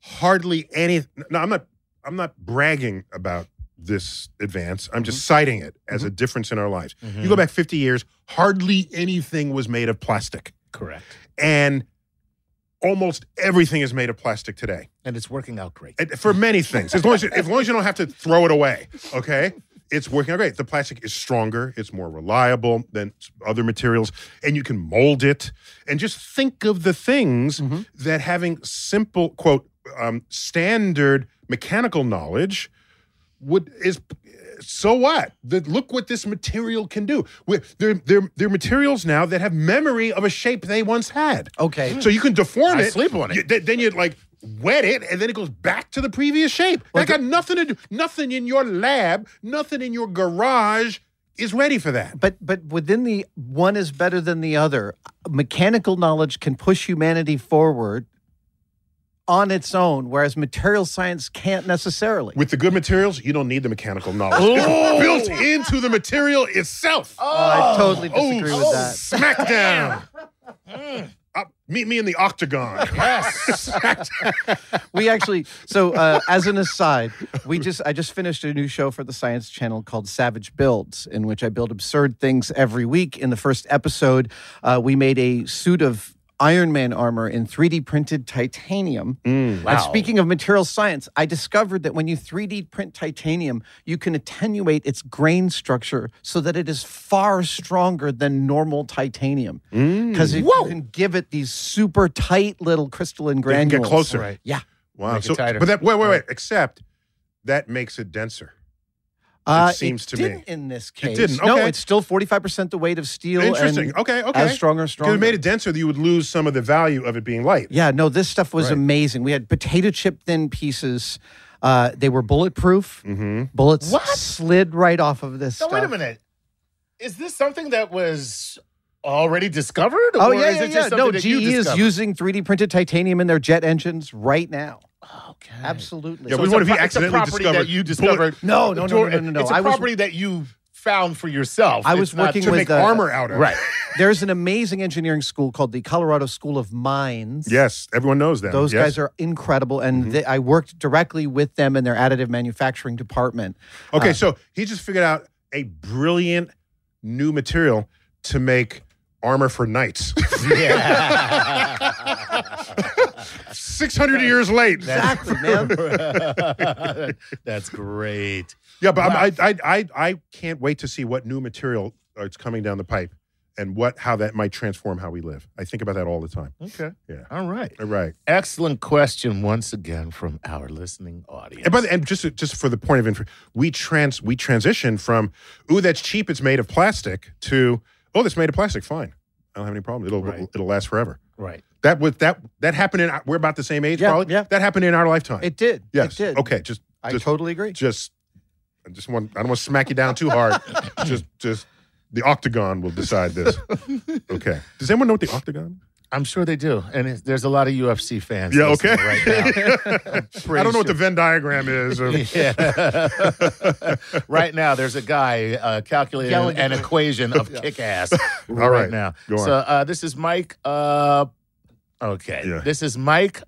[SPEAKER 2] hardly any no, I'm not I'm not bragging about this advance. I'm just citing it as a difference in our lives. You go back 50 years, hardly anything was made of plastic.
[SPEAKER 7] Correct.
[SPEAKER 2] And almost everything is made of plastic today.
[SPEAKER 7] And it's working out great.
[SPEAKER 2] And for many things. As long as, you, as long as you don't have to throw it away, okay? It's working out great. The plastic is stronger, it's more reliable than other materials, and you can mold it. And just think of the things that having simple, quote, um, standard mechanical knowledge would is so what? The, look what this material can do. We're, they're, they're, they're materials now that have memory of a shape they once had.
[SPEAKER 3] Okay.
[SPEAKER 2] So you can deform
[SPEAKER 1] I
[SPEAKER 2] it.
[SPEAKER 1] sleep on it.
[SPEAKER 2] You- th- then you like wet it, and then it goes back to the previous shape. that got nothing to do. Nothing in your lab. Nothing in your garage is ready for that.
[SPEAKER 3] but but within the one is better than the other mechanical knowledge can push humanity forward on its own whereas material science can't necessarily
[SPEAKER 2] With the good materials, you don't need the mechanical knowledge. It's built into the material itself.
[SPEAKER 3] Uh, i totally disagree
[SPEAKER 2] Oh,
[SPEAKER 3] with that
[SPEAKER 2] Smackdown. Uh, meet me in the octagon. Yes.
[SPEAKER 3] we actually so uh, as an aside we just i just finished a new show for the science channel called savage builds in which i build absurd things every week in the first episode uh, we made a suit of Iron Man armor in 3D printed titanium.
[SPEAKER 2] Mm,
[SPEAKER 3] And speaking of material science, I discovered that when you 3D print titanium, you can attenuate its grain structure so that it is far stronger than normal titanium.
[SPEAKER 2] Mm.
[SPEAKER 3] Because if you can give it these super tight little crystalline
[SPEAKER 2] They can
[SPEAKER 3] granules,
[SPEAKER 2] get closer.
[SPEAKER 1] Right.
[SPEAKER 3] yeah.
[SPEAKER 2] Wow.
[SPEAKER 1] Make it
[SPEAKER 2] So,
[SPEAKER 1] tighter.
[SPEAKER 2] but that wait, wait, wait. Except that makes it denser.
[SPEAKER 3] Uh,
[SPEAKER 2] seems to me.
[SPEAKER 3] didn't in this case.
[SPEAKER 2] didn't,
[SPEAKER 3] No,
[SPEAKER 2] okay.
[SPEAKER 3] it's still 45% the weight of steel.
[SPEAKER 2] Interesting.
[SPEAKER 3] And
[SPEAKER 2] Okay. Okay.
[SPEAKER 3] As stronger,
[SPEAKER 2] Because
[SPEAKER 3] stronger.
[SPEAKER 2] it made it denser, that you would lose some of the value of it being light.
[SPEAKER 3] Yeah, no, this stuff was
[SPEAKER 2] Right.
[SPEAKER 3] amazing. We had potato chip thin pieces. Uh, they were bulletproof. Bullets
[SPEAKER 1] What?
[SPEAKER 3] slid right off of this
[SPEAKER 1] So
[SPEAKER 3] stuff.
[SPEAKER 1] wait a minute. Is this something that was already discovered?
[SPEAKER 3] Oh,
[SPEAKER 1] or
[SPEAKER 3] yeah,
[SPEAKER 1] is
[SPEAKER 3] yeah,
[SPEAKER 1] it just
[SPEAKER 3] yeah.
[SPEAKER 1] something
[SPEAKER 3] No,
[SPEAKER 1] that
[SPEAKER 3] GE
[SPEAKER 1] you
[SPEAKER 3] is
[SPEAKER 1] discovered?
[SPEAKER 3] using 3D printed titanium in their jet engines right now.
[SPEAKER 1] Okay.
[SPEAKER 3] Absolutely.
[SPEAKER 2] Yeah,
[SPEAKER 1] So
[SPEAKER 2] we
[SPEAKER 1] it's
[SPEAKER 2] want
[SPEAKER 1] a
[SPEAKER 2] to be
[SPEAKER 1] pro- it's a
[SPEAKER 2] accidentally
[SPEAKER 1] property
[SPEAKER 2] discovered.
[SPEAKER 1] that you
[SPEAKER 2] Bullet-
[SPEAKER 1] discovered.
[SPEAKER 3] No, no, no, no, no, no, no.
[SPEAKER 1] It's a
[SPEAKER 3] I was-
[SPEAKER 1] property that you found for yourself.
[SPEAKER 3] I was
[SPEAKER 1] It's not
[SPEAKER 3] working
[SPEAKER 1] to
[SPEAKER 3] with uh,
[SPEAKER 1] make
[SPEAKER 2] Make
[SPEAKER 3] the-
[SPEAKER 2] armor out of
[SPEAKER 1] right.
[SPEAKER 2] It.
[SPEAKER 3] There's an amazing engineering school called the Colorado School of Mines.
[SPEAKER 2] Yes, everyone knows that.
[SPEAKER 3] Those
[SPEAKER 2] yes. Mm-hmm.
[SPEAKER 3] guys are incredible, and they, I worked directly with them in their additive manufacturing department.
[SPEAKER 2] Okay, so he just figured out a brilliant new material to make armor for knights. Six hundred years late.
[SPEAKER 3] Exactly, man.
[SPEAKER 1] That's great.
[SPEAKER 2] Yeah, but I'm, I, I I I can't wait to see what new material uh, is coming down the pipe, and what how that might transform how we live. I think about that all the time.
[SPEAKER 1] Okay.
[SPEAKER 2] Yeah.
[SPEAKER 1] All right.
[SPEAKER 2] All right.
[SPEAKER 1] Excellent question once again from our listening audience.
[SPEAKER 2] And by the, and just just for the point of info, we trans we transition from ooh that's cheap, it's made of plastic to oh that's made of plastic, fine. I don't have any problem. It'll
[SPEAKER 1] Right.
[SPEAKER 2] it'll last forever.
[SPEAKER 1] right.
[SPEAKER 2] That was that that happened in we're about the same age
[SPEAKER 3] Yeah,
[SPEAKER 2] probably.
[SPEAKER 3] yeah.
[SPEAKER 2] That happened in our lifetime.
[SPEAKER 3] It did.
[SPEAKER 2] yes.
[SPEAKER 3] It did.
[SPEAKER 2] Okay. Just
[SPEAKER 3] I
[SPEAKER 2] just,
[SPEAKER 3] totally agree.
[SPEAKER 2] just I just want I don't want to smack you down too hard. just just the octagon will decide this. Okay. Does anyone know what the octagon?
[SPEAKER 1] I'm sure they do. And it, there's a lot of UFC fans.
[SPEAKER 2] Yeah,
[SPEAKER 1] listening
[SPEAKER 2] okay.
[SPEAKER 1] Right now.
[SPEAKER 2] I don't know what the
[SPEAKER 1] sure.
[SPEAKER 2] Venn diagram is. Of,
[SPEAKER 1] Yeah. right now, there's a guy uh, calculating
[SPEAKER 3] Yelling
[SPEAKER 1] an equation of kick ass right,
[SPEAKER 2] right.
[SPEAKER 1] now.
[SPEAKER 2] Go
[SPEAKER 1] So uh, this is Mike. Uh, okay.
[SPEAKER 2] Yeah.
[SPEAKER 1] This is Mike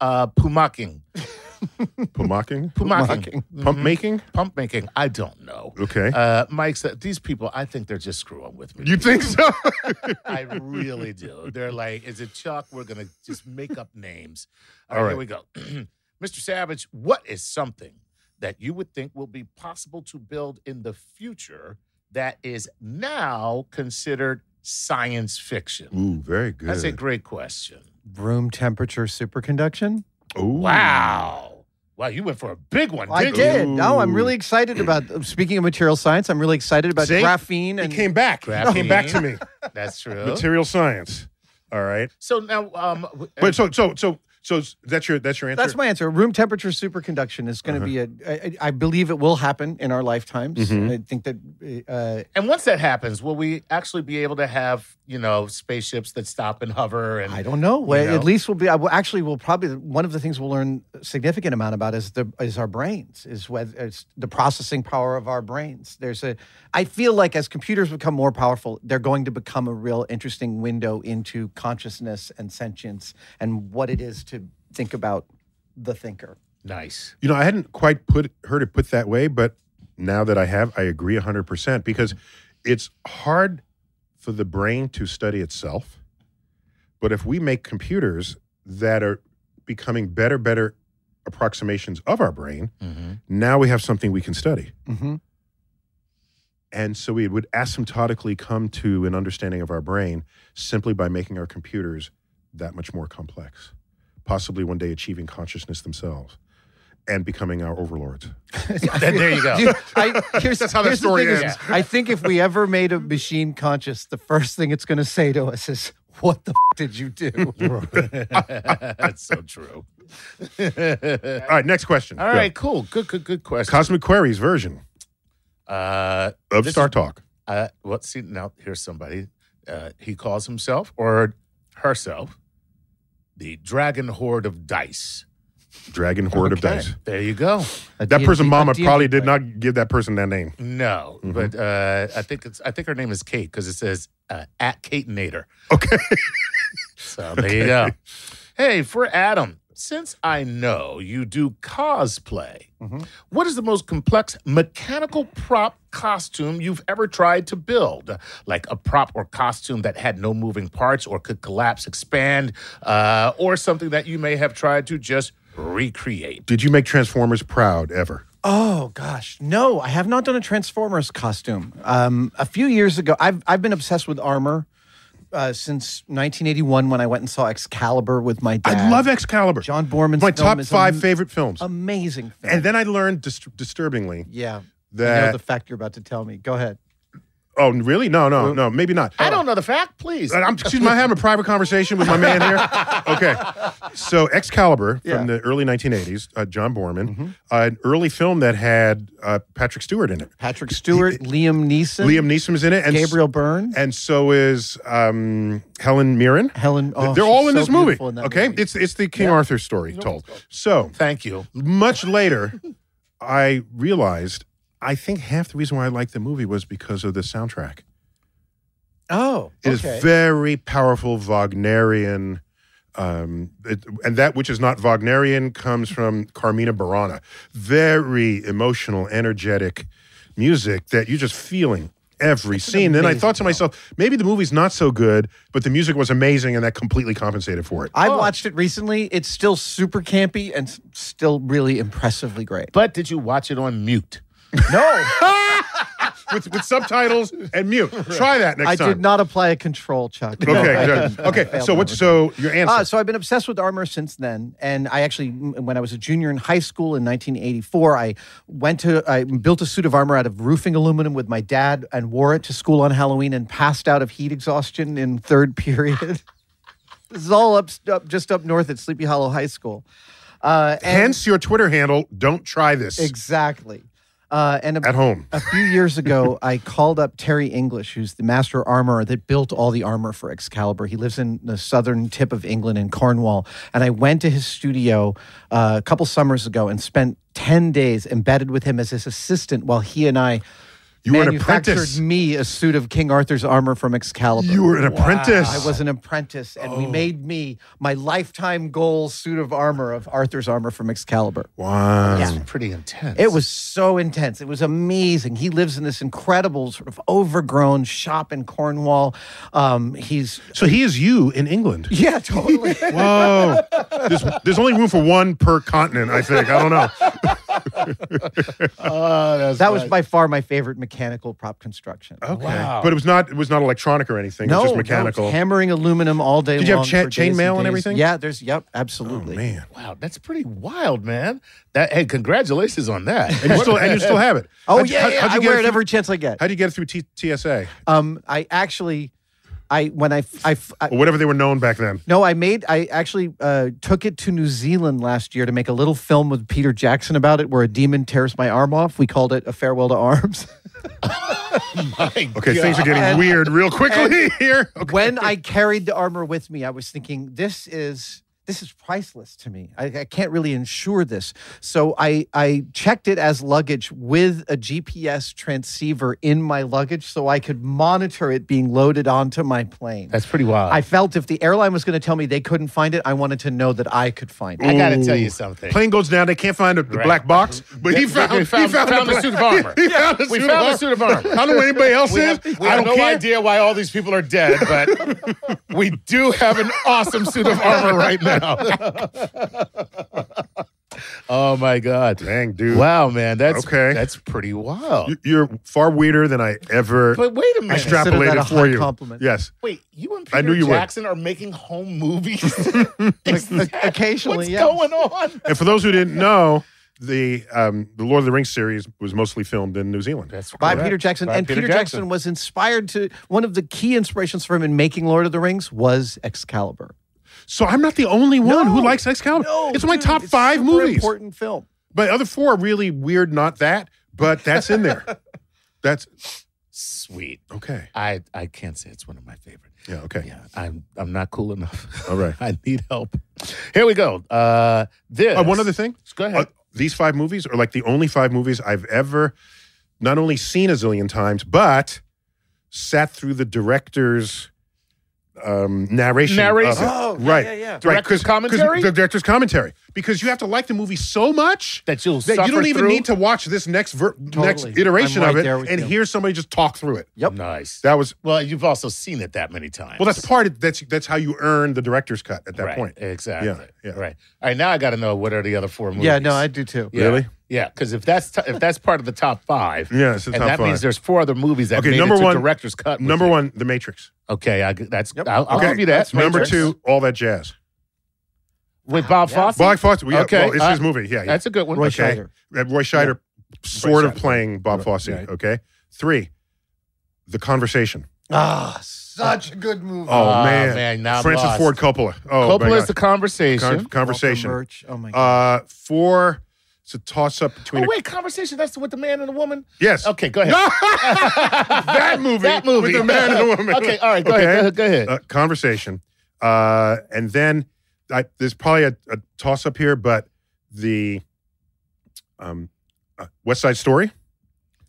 [SPEAKER 1] uh, Pumaking.
[SPEAKER 2] Pumacking?
[SPEAKER 1] Pumaking. Mm-hmm.
[SPEAKER 2] Pump making?
[SPEAKER 1] Pump making. I don't know.
[SPEAKER 2] Okay.
[SPEAKER 1] Uh, Mike said, these people, I think they're just screwing with me.
[SPEAKER 2] you think so?
[SPEAKER 1] I really do. They're like, is it Chuck? We're gonna just make up names.
[SPEAKER 2] All
[SPEAKER 1] All
[SPEAKER 2] right.
[SPEAKER 1] right, here we go. Mr. Savage, what is something that you would think will be possible to build in the future that is now considered science fiction?
[SPEAKER 2] Ooh, very good.
[SPEAKER 1] That's a great question.
[SPEAKER 3] Room temperature superconduction.
[SPEAKER 2] Ooh.
[SPEAKER 1] Wow. Wow, you went for a big one,
[SPEAKER 3] I
[SPEAKER 1] didn't
[SPEAKER 3] did. No, I'm
[SPEAKER 2] Ooh.
[SPEAKER 3] really excited about. Speaking of material science, I'm really excited about
[SPEAKER 2] See?
[SPEAKER 3] graphene
[SPEAKER 2] He
[SPEAKER 3] and
[SPEAKER 2] came back. He came back to me.
[SPEAKER 1] you? That's true.
[SPEAKER 2] Material science. All right.
[SPEAKER 1] So now um w-
[SPEAKER 2] But so so so so that's your that's your answer.
[SPEAKER 3] That's my answer. Room temperature superconduction is
[SPEAKER 2] Uh-huh.
[SPEAKER 3] going to be a. I, I believe it will happen in our lifetimes.
[SPEAKER 2] Mm-hmm.
[SPEAKER 3] I think that. Uh,
[SPEAKER 1] and once that happens, will we actually be able to have, you know, spaceships that stop and hover and
[SPEAKER 3] I don't know. Well,
[SPEAKER 1] know.
[SPEAKER 3] At least we'll be. I will, actually, we'll probably one of the things we'll learn a significant amount about is the is our brains is whether it's the processing power of our brains. There's a. I feel like as computers become more powerful, they're going to become a real interesting window into consciousness and sentience and what it is to think about the thinker.
[SPEAKER 1] Nice.
[SPEAKER 2] You know, I hadn't quite put heard it put that way, but now that I have, I agree 100% because it's hard for the brain to study itself. But if we make computers that are becoming better better approximations of our brain,
[SPEAKER 1] Mm-hmm.
[SPEAKER 2] now we have something we can study.
[SPEAKER 3] Mm-hmm.
[SPEAKER 2] And so we would asymptotically come to an understanding of our brain simply by making our computers that much more complex, possibly one day achieving consciousness themselves. and becoming our overlords.
[SPEAKER 1] And there you go.
[SPEAKER 3] Dude, I, here's,
[SPEAKER 2] That's how that
[SPEAKER 3] here's the
[SPEAKER 2] story
[SPEAKER 3] thing is,
[SPEAKER 2] ends.
[SPEAKER 3] I think if we ever made a machine conscious, the first thing it's going to say to us is, "What the f- did you do?"
[SPEAKER 1] That's so true.
[SPEAKER 2] All right, next question.
[SPEAKER 1] All right, cool. Good, good, good
[SPEAKER 2] Go.
[SPEAKER 1] question.
[SPEAKER 2] Cosmic Queries version
[SPEAKER 1] Uh,
[SPEAKER 2] of
[SPEAKER 1] This
[SPEAKER 2] Star
[SPEAKER 1] is-
[SPEAKER 2] Talk.
[SPEAKER 1] uh, what? See, now here's somebody. Uh, he calls himself or herself the Dragon Horde of Dice.
[SPEAKER 2] Dragon Horde
[SPEAKER 1] Okay,
[SPEAKER 2] of Dice.
[SPEAKER 1] There you go.
[SPEAKER 3] A
[SPEAKER 2] That
[SPEAKER 3] D&D
[SPEAKER 2] person,
[SPEAKER 3] a
[SPEAKER 2] Mama,
[SPEAKER 3] D&D
[SPEAKER 2] probably did
[SPEAKER 3] player.
[SPEAKER 2] not give that person that name.
[SPEAKER 1] No,
[SPEAKER 2] Mhm.
[SPEAKER 1] but uh, I think it's I think her name is Kate because it says uh, at Kate Nader.
[SPEAKER 2] Okay.
[SPEAKER 1] So there you go. Hey, for Adam, since I know you do cosplay,
[SPEAKER 3] Mhm.
[SPEAKER 1] what is the most complex mechanical prop costume you've ever tried to build? Like a prop or costume that had no moving parts or could collapse, expand, uh, or something that you may have tried to just recreate.
[SPEAKER 2] Did you make Transformers proud ever?
[SPEAKER 3] Oh gosh, no! I have not done a Transformers costume. Um, a few years ago, I've I've been obsessed with armor uh, since 1981 when I went and saw Excalibur with my dad.
[SPEAKER 2] I love Excalibur.
[SPEAKER 3] John Borman's
[SPEAKER 2] My
[SPEAKER 3] film
[SPEAKER 2] top
[SPEAKER 3] is
[SPEAKER 2] five
[SPEAKER 3] am-
[SPEAKER 2] favorite films.
[SPEAKER 3] Amazing film.
[SPEAKER 2] and then I learned dis- disturbingly
[SPEAKER 3] yeah, I know
[SPEAKER 2] that.
[SPEAKER 3] the fact you're about to tell me. Go ahead.
[SPEAKER 2] oh, really? No, no, no, maybe not.
[SPEAKER 1] I don't know the fact, please.
[SPEAKER 2] Uh, I'm, excuse me, I'm having a private conversation with my man here. Okay. So, Excalibur from
[SPEAKER 3] Yeah. Mm-hmm.
[SPEAKER 2] the early 1980s, uh, John Borman, uh, an early film that had uh, Patrick Stewart in it.
[SPEAKER 3] Patrick Stewart, Liam Neeson,
[SPEAKER 2] Liam Neeson is in it. And s-
[SPEAKER 3] Gabriel Byrne,
[SPEAKER 2] and so is um, Helen Mirren.
[SPEAKER 3] Helen. Oh,
[SPEAKER 2] They're all
[SPEAKER 3] she's
[SPEAKER 2] in
[SPEAKER 3] so
[SPEAKER 2] this movie.
[SPEAKER 3] beautiful in that
[SPEAKER 2] okay,
[SPEAKER 3] movie.
[SPEAKER 2] it's it's the King Arthur story told. So
[SPEAKER 1] Thank you.
[SPEAKER 2] much later, I realized I think half the reason why I liked the movie was because of the soundtrack.
[SPEAKER 3] oh,
[SPEAKER 2] It is
[SPEAKER 3] okay.
[SPEAKER 2] very powerful Wagnerian. Um, it- and that which is not Wagnerian comes from Carmina Burana. Very emotional, energetic music that you're just feeling every scene. Then I thought to myself, maybe the movie's not so good, but the music was amazing and that completely compensated for it.
[SPEAKER 3] I've watched it recently. It's still super campy and s- still really impressively great.
[SPEAKER 1] But did you watch it on mute?
[SPEAKER 3] No,
[SPEAKER 2] with, with subtitles and mute. Try that next
[SPEAKER 3] I
[SPEAKER 2] time.
[SPEAKER 3] did not apply a control, Chuck.
[SPEAKER 2] Okay, good. Okay, so what? So your answer?
[SPEAKER 3] Uh, so I've been obsessed with armor since then, and I actually, m- when I was a junior in high school in 1984, I went to, I built a suit of armor out of roofing aluminum with my dad and wore it to school on Halloween and passed out of heat exhaustion in third period. this is all up, up, just up north at Sleepy Hollow High School. Uh, and-
[SPEAKER 2] Hence your Twitter handle. Don't try this
[SPEAKER 3] exactly. Uh, and a-
[SPEAKER 2] at home.
[SPEAKER 3] a few years ago, I called up Terry English, who's the master armorer that built all the armor for Excalibur. He lives in the southern tip of England in Cornwall. And I went to his studio uh, a couple summers ago and spent 10 days embedded with him as his assistant while he and I
[SPEAKER 2] You were an
[SPEAKER 3] manufactured
[SPEAKER 2] apprentice.
[SPEAKER 3] me a suit of King Arthur's armor from Excalibur.
[SPEAKER 2] You were an apprentice. Oh.
[SPEAKER 3] I was an apprentice, and we made me my lifetime goal suit of armor of Arthur's armor from Excalibur.
[SPEAKER 2] Wow.
[SPEAKER 1] Pretty intense.
[SPEAKER 3] It was so intense. It was amazing. He lives in this incredible sort of overgrown shop in Cornwall. Um, he's
[SPEAKER 2] So he is you in England.
[SPEAKER 3] yeah, totally.
[SPEAKER 2] Whoa. there's, there's only room for one per continent, I think. I don't know.
[SPEAKER 3] that was by far my favorite mechanical prop construction. Okay.
[SPEAKER 1] Wow.
[SPEAKER 2] But it was not it was not electronic or anything. it
[SPEAKER 3] No,
[SPEAKER 2] was Oh, just
[SPEAKER 3] no,
[SPEAKER 2] mechanical.
[SPEAKER 3] hammering aluminum all day
[SPEAKER 2] Did you have
[SPEAKER 3] long
[SPEAKER 2] cha-
[SPEAKER 3] for
[SPEAKER 2] chain
[SPEAKER 3] days
[SPEAKER 2] mail and
[SPEAKER 3] days.
[SPEAKER 2] everything?
[SPEAKER 3] Yeah, there's yep,
[SPEAKER 2] oh
[SPEAKER 3] absolutely.
[SPEAKER 2] man.
[SPEAKER 1] Wow, that's pretty wild, man. That hey, congratulations on that.
[SPEAKER 2] And you still and you still have it.
[SPEAKER 3] Oh
[SPEAKER 2] How'd you-
[SPEAKER 3] yeah,
[SPEAKER 2] how-
[SPEAKER 3] yeah,
[SPEAKER 2] how'd you
[SPEAKER 3] I
[SPEAKER 2] get
[SPEAKER 3] wear it
[SPEAKER 2] through-
[SPEAKER 3] every chance I get.
[SPEAKER 2] How'd you get it through T- TSA?
[SPEAKER 3] Um, I actually, I when I f- I f- I-
[SPEAKER 2] Or whatever they were known back then.
[SPEAKER 3] No, I made. I actually uh, took it to New Zealand last year to make a little film with Peter Jackson about it, where a demon tears my arm off. We called it "A Farewell to Arms."
[SPEAKER 2] Okay, things are getting
[SPEAKER 3] And-
[SPEAKER 2] weird real quickly here. Okay.
[SPEAKER 3] When I carried the armor with me, I was thinking, "This is this is priceless to me. I, I can't really insure this." So I I checked it as luggage with a GPS transceiver in my luggage, so I could monitor it being loaded onto my plane.
[SPEAKER 1] That's pretty wild.
[SPEAKER 3] I felt if the airline was going to tell me they couldn't find it, I wanted to know that I could find it.
[SPEAKER 1] I gotta tell you something.
[SPEAKER 2] Plane goes down, they can't find the, the
[SPEAKER 1] Right.
[SPEAKER 2] black box, but
[SPEAKER 1] They-
[SPEAKER 2] he
[SPEAKER 1] they
[SPEAKER 2] found, he
[SPEAKER 1] found-
[SPEAKER 2] found,
[SPEAKER 1] found the
[SPEAKER 2] the black-
[SPEAKER 1] suit of armor.
[SPEAKER 2] He found the
[SPEAKER 1] We
[SPEAKER 2] suit
[SPEAKER 1] found the
[SPEAKER 2] of
[SPEAKER 1] suit of armor.
[SPEAKER 2] I don't know what anybody else
[SPEAKER 1] We
[SPEAKER 2] is.
[SPEAKER 1] have, we
[SPEAKER 2] I
[SPEAKER 1] have
[SPEAKER 2] don't
[SPEAKER 1] no
[SPEAKER 2] care.
[SPEAKER 1] idea why all these people are dead, but we do have an awesome suit of armor right now. oh my god!
[SPEAKER 2] Dang, dude.
[SPEAKER 1] Wow, man, that's
[SPEAKER 2] Okay.
[SPEAKER 1] That's pretty wild.
[SPEAKER 2] You- You're far weirder than I ever
[SPEAKER 1] but wait a minute.
[SPEAKER 3] Consider that a
[SPEAKER 2] extrapolated
[SPEAKER 3] high
[SPEAKER 2] for you.
[SPEAKER 3] compliment.
[SPEAKER 2] Yes.
[SPEAKER 1] Wait, you and Peter
[SPEAKER 2] I knew you would.
[SPEAKER 1] Jackson are making home movies? Is that-
[SPEAKER 3] occasionally,
[SPEAKER 1] what's
[SPEAKER 3] yes.
[SPEAKER 1] going on?
[SPEAKER 2] And for those who didn't know, the um, the Lord of the Rings series was mostly filmed in New Zealand.
[SPEAKER 1] That's
[SPEAKER 3] by
[SPEAKER 1] correct.
[SPEAKER 3] Peter Jackson.
[SPEAKER 1] By
[SPEAKER 3] and Peter, Jackson. was inspired to one of the key inspirations for him in making Lord of the Rings was Excalibur.
[SPEAKER 2] So I'm not the only one who
[SPEAKER 3] No.
[SPEAKER 2] likes Excalibur. it's my
[SPEAKER 3] dude,
[SPEAKER 2] top
[SPEAKER 3] it's
[SPEAKER 2] five
[SPEAKER 3] super
[SPEAKER 2] movies.
[SPEAKER 3] Important film.
[SPEAKER 2] But other four are really weird. Not that, but that's in there. that's
[SPEAKER 1] Sweet.
[SPEAKER 2] okay.
[SPEAKER 1] I I can't say it's one of my favorite.
[SPEAKER 2] Yeah. Okay.
[SPEAKER 1] Yeah, I'm I'm not cool enough.
[SPEAKER 2] All right.
[SPEAKER 1] I need help. Here we go. Uh, this
[SPEAKER 2] Uh, one other thing.
[SPEAKER 1] Go ahead.
[SPEAKER 2] Uh, these five movies are like the only five movies I've ever not only seen a zillion times, but sat through the director's um, narration. of
[SPEAKER 1] Narration.
[SPEAKER 2] it.
[SPEAKER 3] Oh, yeah,
[SPEAKER 2] right.
[SPEAKER 3] yeah, yeah.
[SPEAKER 1] Director's commentary?
[SPEAKER 2] The director's commentary. Because you have to like the movie so much
[SPEAKER 1] that you'll
[SPEAKER 2] that
[SPEAKER 1] suffer
[SPEAKER 2] you don't even
[SPEAKER 1] through?
[SPEAKER 2] need to watch this next ver- next
[SPEAKER 3] Totally.
[SPEAKER 2] iteration
[SPEAKER 3] I'm
[SPEAKER 2] of
[SPEAKER 3] right
[SPEAKER 2] it
[SPEAKER 3] there with
[SPEAKER 2] and
[SPEAKER 3] you.
[SPEAKER 2] hear somebody just talk through it.
[SPEAKER 3] Yep.
[SPEAKER 1] Nice.
[SPEAKER 2] That was
[SPEAKER 1] well, you've also seen it that many times.
[SPEAKER 2] well. That's part. Of, that's that's how you earn the director's cut at that
[SPEAKER 1] right.
[SPEAKER 2] point.
[SPEAKER 1] Exactly.
[SPEAKER 2] Yeah, yeah.
[SPEAKER 1] Right. All right. Now I got to know what are the other four movies.
[SPEAKER 3] Yeah, no, I do too.
[SPEAKER 1] Yeah.
[SPEAKER 2] Really?
[SPEAKER 1] Yeah. Because if that's t- if that's part of the top five,
[SPEAKER 2] Yeah, it's the
[SPEAKER 1] and
[SPEAKER 2] top
[SPEAKER 1] that
[SPEAKER 2] five.
[SPEAKER 1] means there's four other movies that
[SPEAKER 2] Okay,
[SPEAKER 1] made
[SPEAKER 2] number
[SPEAKER 1] it to
[SPEAKER 2] one-
[SPEAKER 1] director's cut. with
[SPEAKER 2] Number
[SPEAKER 1] you.
[SPEAKER 2] one, The Matrix.
[SPEAKER 1] Okay. I, that's
[SPEAKER 3] Yep.
[SPEAKER 1] I'll, I'll
[SPEAKER 2] okay,
[SPEAKER 1] give you that.
[SPEAKER 2] Number
[SPEAKER 1] Matrix.
[SPEAKER 2] two, All That Jazz.
[SPEAKER 1] with Bob
[SPEAKER 3] Yeah.
[SPEAKER 1] Fosse.
[SPEAKER 2] Bob Fosse. Yeah,
[SPEAKER 1] Okay,
[SPEAKER 2] okay, well, it's
[SPEAKER 1] uh,
[SPEAKER 2] his movie. Yeah, yeah.
[SPEAKER 1] That's a good one.
[SPEAKER 3] Roy
[SPEAKER 1] Okay.
[SPEAKER 3] Scheider.
[SPEAKER 2] Uh, Roy Scheider, sort of
[SPEAKER 1] Scheider.
[SPEAKER 2] playing Bob
[SPEAKER 1] Right,
[SPEAKER 2] Fosse.
[SPEAKER 1] right.
[SPEAKER 2] Okay. Three, The Conversation.
[SPEAKER 3] Ah, such a good movie.
[SPEAKER 2] Oh,
[SPEAKER 1] Ah,
[SPEAKER 2] man.
[SPEAKER 1] man, now I'm
[SPEAKER 2] Francis
[SPEAKER 1] lost.
[SPEAKER 2] Ford Coppola. Oh, my
[SPEAKER 1] Coppola's
[SPEAKER 2] God.
[SPEAKER 1] the conversation.
[SPEAKER 2] Con- conversation.
[SPEAKER 3] Birch. Oh my god.
[SPEAKER 2] Uh, four, it's a toss up between.
[SPEAKER 1] oh
[SPEAKER 2] a-
[SPEAKER 1] wait, conversation. That's with the man and the woman.
[SPEAKER 2] yes.
[SPEAKER 1] Okay, go ahead.
[SPEAKER 2] that movie.
[SPEAKER 1] That movie.
[SPEAKER 2] With the man and the woman.
[SPEAKER 1] Okay, all right, go ahead, go ahead, go ahead.
[SPEAKER 2] Uh, conversation. Uh, and then I, there's probably a, a toss up here, but the um, uh, West Side Story.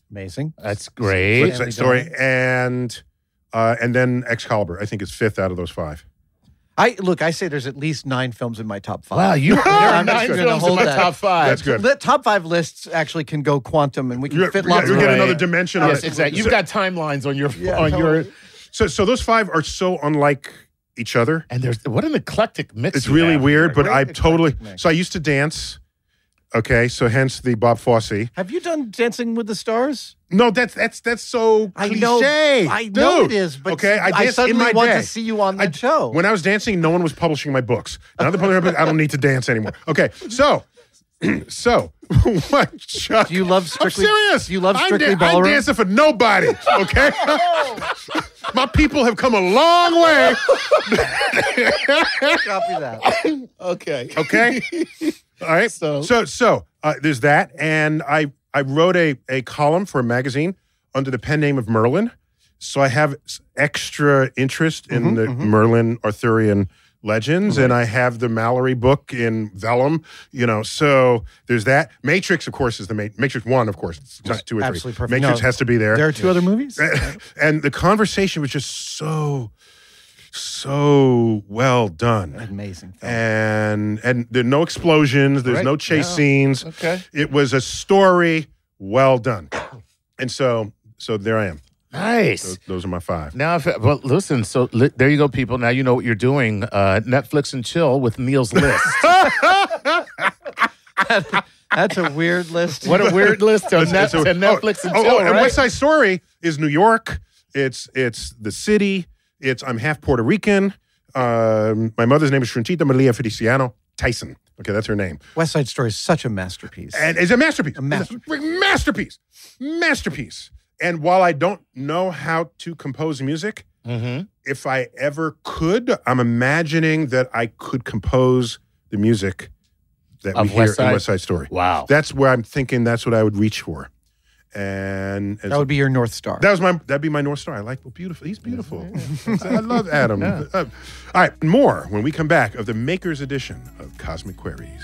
[SPEAKER 3] Amazing.
[SPEAKER 1] That's great.
[SPEAKER 2] West
[SPEAKER 3] Family
[SPEAKER 2] Side Story,
[SPEAKER 3] Guy.
[SPEAKER 2] and uh, and then Excalibur. I think is fifth out of those five.
[SPEAKER 3] I look. I say there's at least nine films in my top five.
[SPEAKER 1] Wow, you are
[SPEAKER 3] I'm
[SPEAKER 1] nine
[SPEAKER 3] just gonna
[SPEAKER 1] films in
[SPEAKER 3] hold
[SPEAKER 1] my
[SPEAKER 3] that.
[SPEAKER 1] top five.
[SPEAKER 2] That's good.
[SPEAKER 3] The top five lists actually can go quantum, and we can
[SPEAKER 2] You
[SPEAKER 3] fit lots
[SPEAKER 2] you
[SPEAKER 3] of
[SPEAKER 2] get
[SPEAKER 1] Right.
[SPEAKER 2] another dimension on
[SPEAKER 1] Yes,
[SPEAKER 2] it.
[SPEAKER 1] exactly. You've
[SPEAKER 2] So-
[SPEAKER 1] got timelines on your
[SPEAKER 3] Yeah,
[SPEAKER 1] on your
[SPEAKER 3] totally.
[SPEAKER 2] so so those five are so unlike each other.
[SPEAKER 1] and there's what an eclectic mix.
[SPEAKER 2] It's
[SPEAKER 1] you
[SPEAKER 2] really
[SPEAKER 1] have.
[SPEAKER 2] weird, but
[SPEAKER 3] Great
[SPEAKER 2] I
[SPEAKER 3] eclectic
[SPEAKER 2] totally.
[SPEAKER 3] mix.
[SPEAKER 2] So I used to dance. Okay, so hence the Bob Fosse.
[SPEAKER 3] Have you done Dancing with the Stars?
[SPEAKER 2] No, that's that's that's so
[SPEAKER 3] I
[SPEAKER 2] cliche.
[SPEAKER 3] know- I know
[SPEAKER 2] dude.
[SPEAKER 3] it is, but
[SPEAKER 2] okay, I,
[SPEAKER 3] I
[SPEAKER 2] danced in
[SPEAKER 3] suddenly
[SPEAKER 2] my
[SPEAKER 3] want to
[SPEAKER 2] day.
[SPEAKER 3] see you on that
[SPEAKER 2] I-
[SPEAKER 3] show.
[SPEAKER 2] When I was dancing, no one was publishing my books. Now that they're publishing my books, I don't need to dance anymore. Okay, so. So, what, Chuck?
[SPEAKER 3] Do you love Strictly-
[SPEAKER 2] I'm serious.
[SPEAKER 3] do you love
[SPEAKER 2] I'm
[SPEAKER 3] Strictly
[SPEAKER 2] I'm
[SPEAKER 3] Ballroom?
[SPEAKER 2] dancing for nobody. Okay, my people have come a long way.
[SPEAKER 3] Copy that.
[SPEAKER 1] Okay.
[SPEAKER 2] Okay, all right.
[SPEAKER 1] So-
[SPEAKER 2] so, so uh, there's that, and I I wrote a a column for a magazine under the pen name of Merlin. So I have s- extra interest in
[SPEAKER 3] Mm-hmm,
[SPEAKER 2] the Merlin Arthurian legends, and I have the Mallory book in vellum. You know, so there's that. Matrix, of course, is the ma- Matrix One, of course, it's not two or three.
[SPEAKER 3] absolutely perfect.
[SPEAKER 2] Matrix
[SPEAKER 3] No,
[SPEAKER 2] has to be there.
[SPEAKER 3] There are two other movies.
[SPEAKER 2] and the conversation was just so, so well done
[SPEAKER 3] Amazing. Film.
[SPEAKER 2] and and there are no explosions. There's
[SPEAKER 1] Right.
[SPEAKER 2] no chase scenes.
[SPEAKER 1] Okay.
[SPEAKER 2] It was a story well done, and so so there I am.
[SPEAKER 1] Nice.
[SPEAKER 2] Those, those are my five.
[SPEAKER 1] Now, if, well, listen. So li- there you go, people. Now you know what you're doing. Uh, Netflix and chill with Neil's list.
[SPEAKER 3] That's a weird list.
[SPEAKER 1] what a weird list of Net-
[SPEAKER 2] So-
[SPEAKER 1] to Netflix
[SPEAKER 2] oh,
[SPEAKER 1] and
[SPEAKER 2] oh,
[SPEAKER 1] chill.
[SPEAKER 2] oh, and
[SPEAKER 1] right?
[SPEAKER 2] West Side Story is New York. It's it's the city. It's I'm half Puerto Rican. Um, my mother's name is Trinchita Maria Feliciano Tyson. Okay, that's her name.
[SPEAKER 3] West Side Story is such a masterpiece.
[SPEAKER 2] and it's a masterpiece.
[SPEAKER 3] A masterpiece.
[SPEAKER 2] It's a masterpiece. Masterpiece. And while I don't know how to compose music, if I ever could, I'm imagining that I could compose the music that
[SPEAKER 1] Of
[SPEAKER 2] we hear
[SPEAKER 1] West
[SPEAKER 2] in
[SPEAKER 1] Side?
[SPEAKER 2] West Side Story.
[SPEAKER 1] Wow.
[SPEAKER 2] That's where I'm thinking. That's what I would reach for. And
[SPEAKER 3] that would be your North Star.
[SPEAKER 2] that was my that'd be my north star. I like well, beautiful. He's beautiful. I love Adam. Uh, all right, more when we come back of the Maker's edition of Cosmic Queries.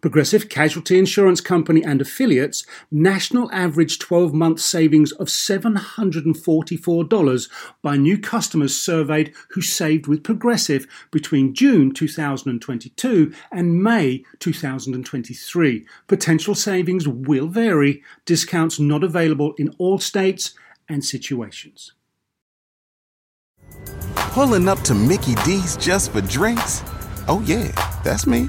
[SPEAKER 5] Progressive Casualty Insurance Company and affiliates, national average 12 month savings of $744 by new customers surveyed who saved with Progressive between June 2022 and May 2023. Potential savings will vary, discounts not available in all states and situations.
[SPEAKER 8] Pulling up to Mickey D's just for drinks? Oh, yeah, that's me.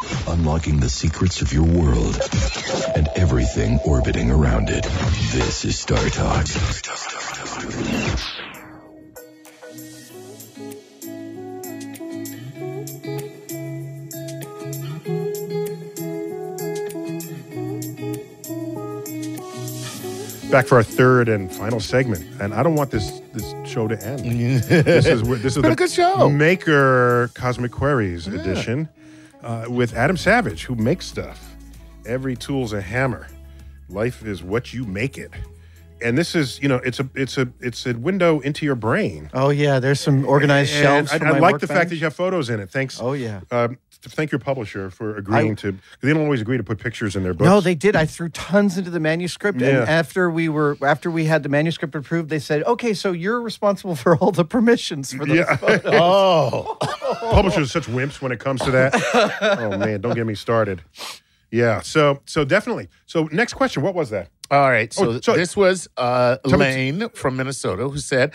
[SPEAKER 6] unlocking the secrets of your world and everything orbiting around it. This is Star Talk.
[SPEAKER 2] Back for our third and final segment, and I don't want this this show to end. this is where- this is
[SPEAKER 1] been
[SPEAKER 2] the
[SPEAKER 1] a good show.
[SPEAKER 2] Maker Cosmic Queries edition uh, with Adam Savage, who makes stuff. Every tool's a hammer. Life is what you make it. And this is, you know, it's a it's a it's a window into your brain.
[SPEAKER 3] Oh yeah, there's some organized
[SPEAKER 2] And
[SPEAKER 3] shelves.
[SPEAKER 2] I,
[SPEAKER 3] for
[SPEAKER 2] I
[SPEAKER 3] my
[SPEAKER 2] like the fact
[SPEAKER 3] workbench.
[SPEAKER 2] that you have photos in it. Thanks.
[SPEAKER 3] Oh, yeah.
[SPEAKER 2] Um, th- thank your publisher for agreeing to. They don't always agree to put pictures in their books.
[SPEAKER 3] No, they did. I threw tons into the manuscript,
[SPEAKER 2] Yeah.
[SPEAKER 3] and after we were after we had the manuscript approved, they said, "Okay, so you're responsible for all the permissions for the
[SPEAKER 2] Yeah.
[SPEAKER 1] Oh,
[SPEAKER 2] publishers are such wimps when it comes to that. oh man, don't get me started. Yeah. So so definitely. So next question, what was that?
[SPEAKER 1] all right. So,
[SPEAKER 2] Oh, so-
[SPEAKER 1] this was uh,
[SPEAKER 2] Tell me-
[SPEAKER 1] Lane from Minnesota who said,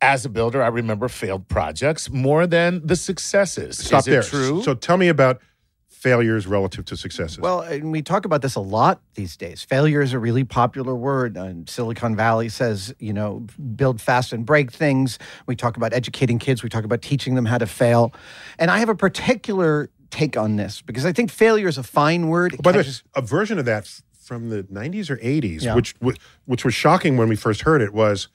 [SPEAKER 1] "As a builder, I remember failed projects more than the successes."
[SPEAKER 2] Stop
[SPEAKER 1] Is it
[SPEAKER 2] there.
[SPEAKER 1] True.
[SPEAKER 2] So tell me about failures relative to successes.
[SPEAKER 3] Well, and we talk about this a lot these days. Failure is a really popular word. And Silicon Valley says, you know, build fast and break things. We talk about educating kids. We talk about teaching them how to fail. And I have a particular take on this because I think failure is a fine word. It
[SPEAKER 2] by the way,
[SPEAKER 3] catches-
[SPEAKER 2] a version of that f- from the 90s or 80s,
[SPEAKER 3] Yeah.
[SPEAKER 2] which which which was shocking when we first heard it, was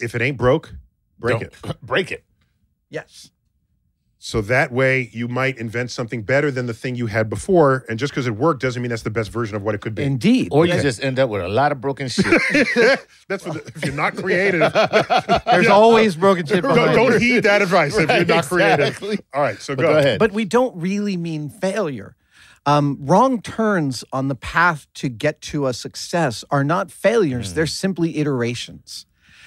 [SPEAKER 2] if it ain't broke, break
[SPEAKER 1] Don't-
[SPEAKER 2] it.
[SPEAKER 1] Break it.
[SPEAKER 3] yes.
[SPEAKER 2] So that way you might invent something better than the thing you had before. And just because it worked doesn't mean that's the best version of what it could be.
[SPEAKER 3] Indeed.
[SPEAKER 1] Or you just end up with a lot of broken shit.
[SPEAKER 2] that's what the, if you're not creative.
[SPEAKER 3] There's always broken shit
[SPEAKER 2] don't,
[SPEAKER 3] behind
[SPEAKER 2] don't
[SPEAKER 3] it.
[SPEAKER 2] heed that advice if you're not
[SPEAKER 1] exactly.
[SPEAKER 2] creative. All right, so go,
[SPEAKER 1] But go ahead.
[SPEAKER 3] But we don't really mean failure. Um, wrong turns on the path to get to a success are not
[SPEAKER 2] Hmm.
[SPEAKER 3] failures, they're simply iterations.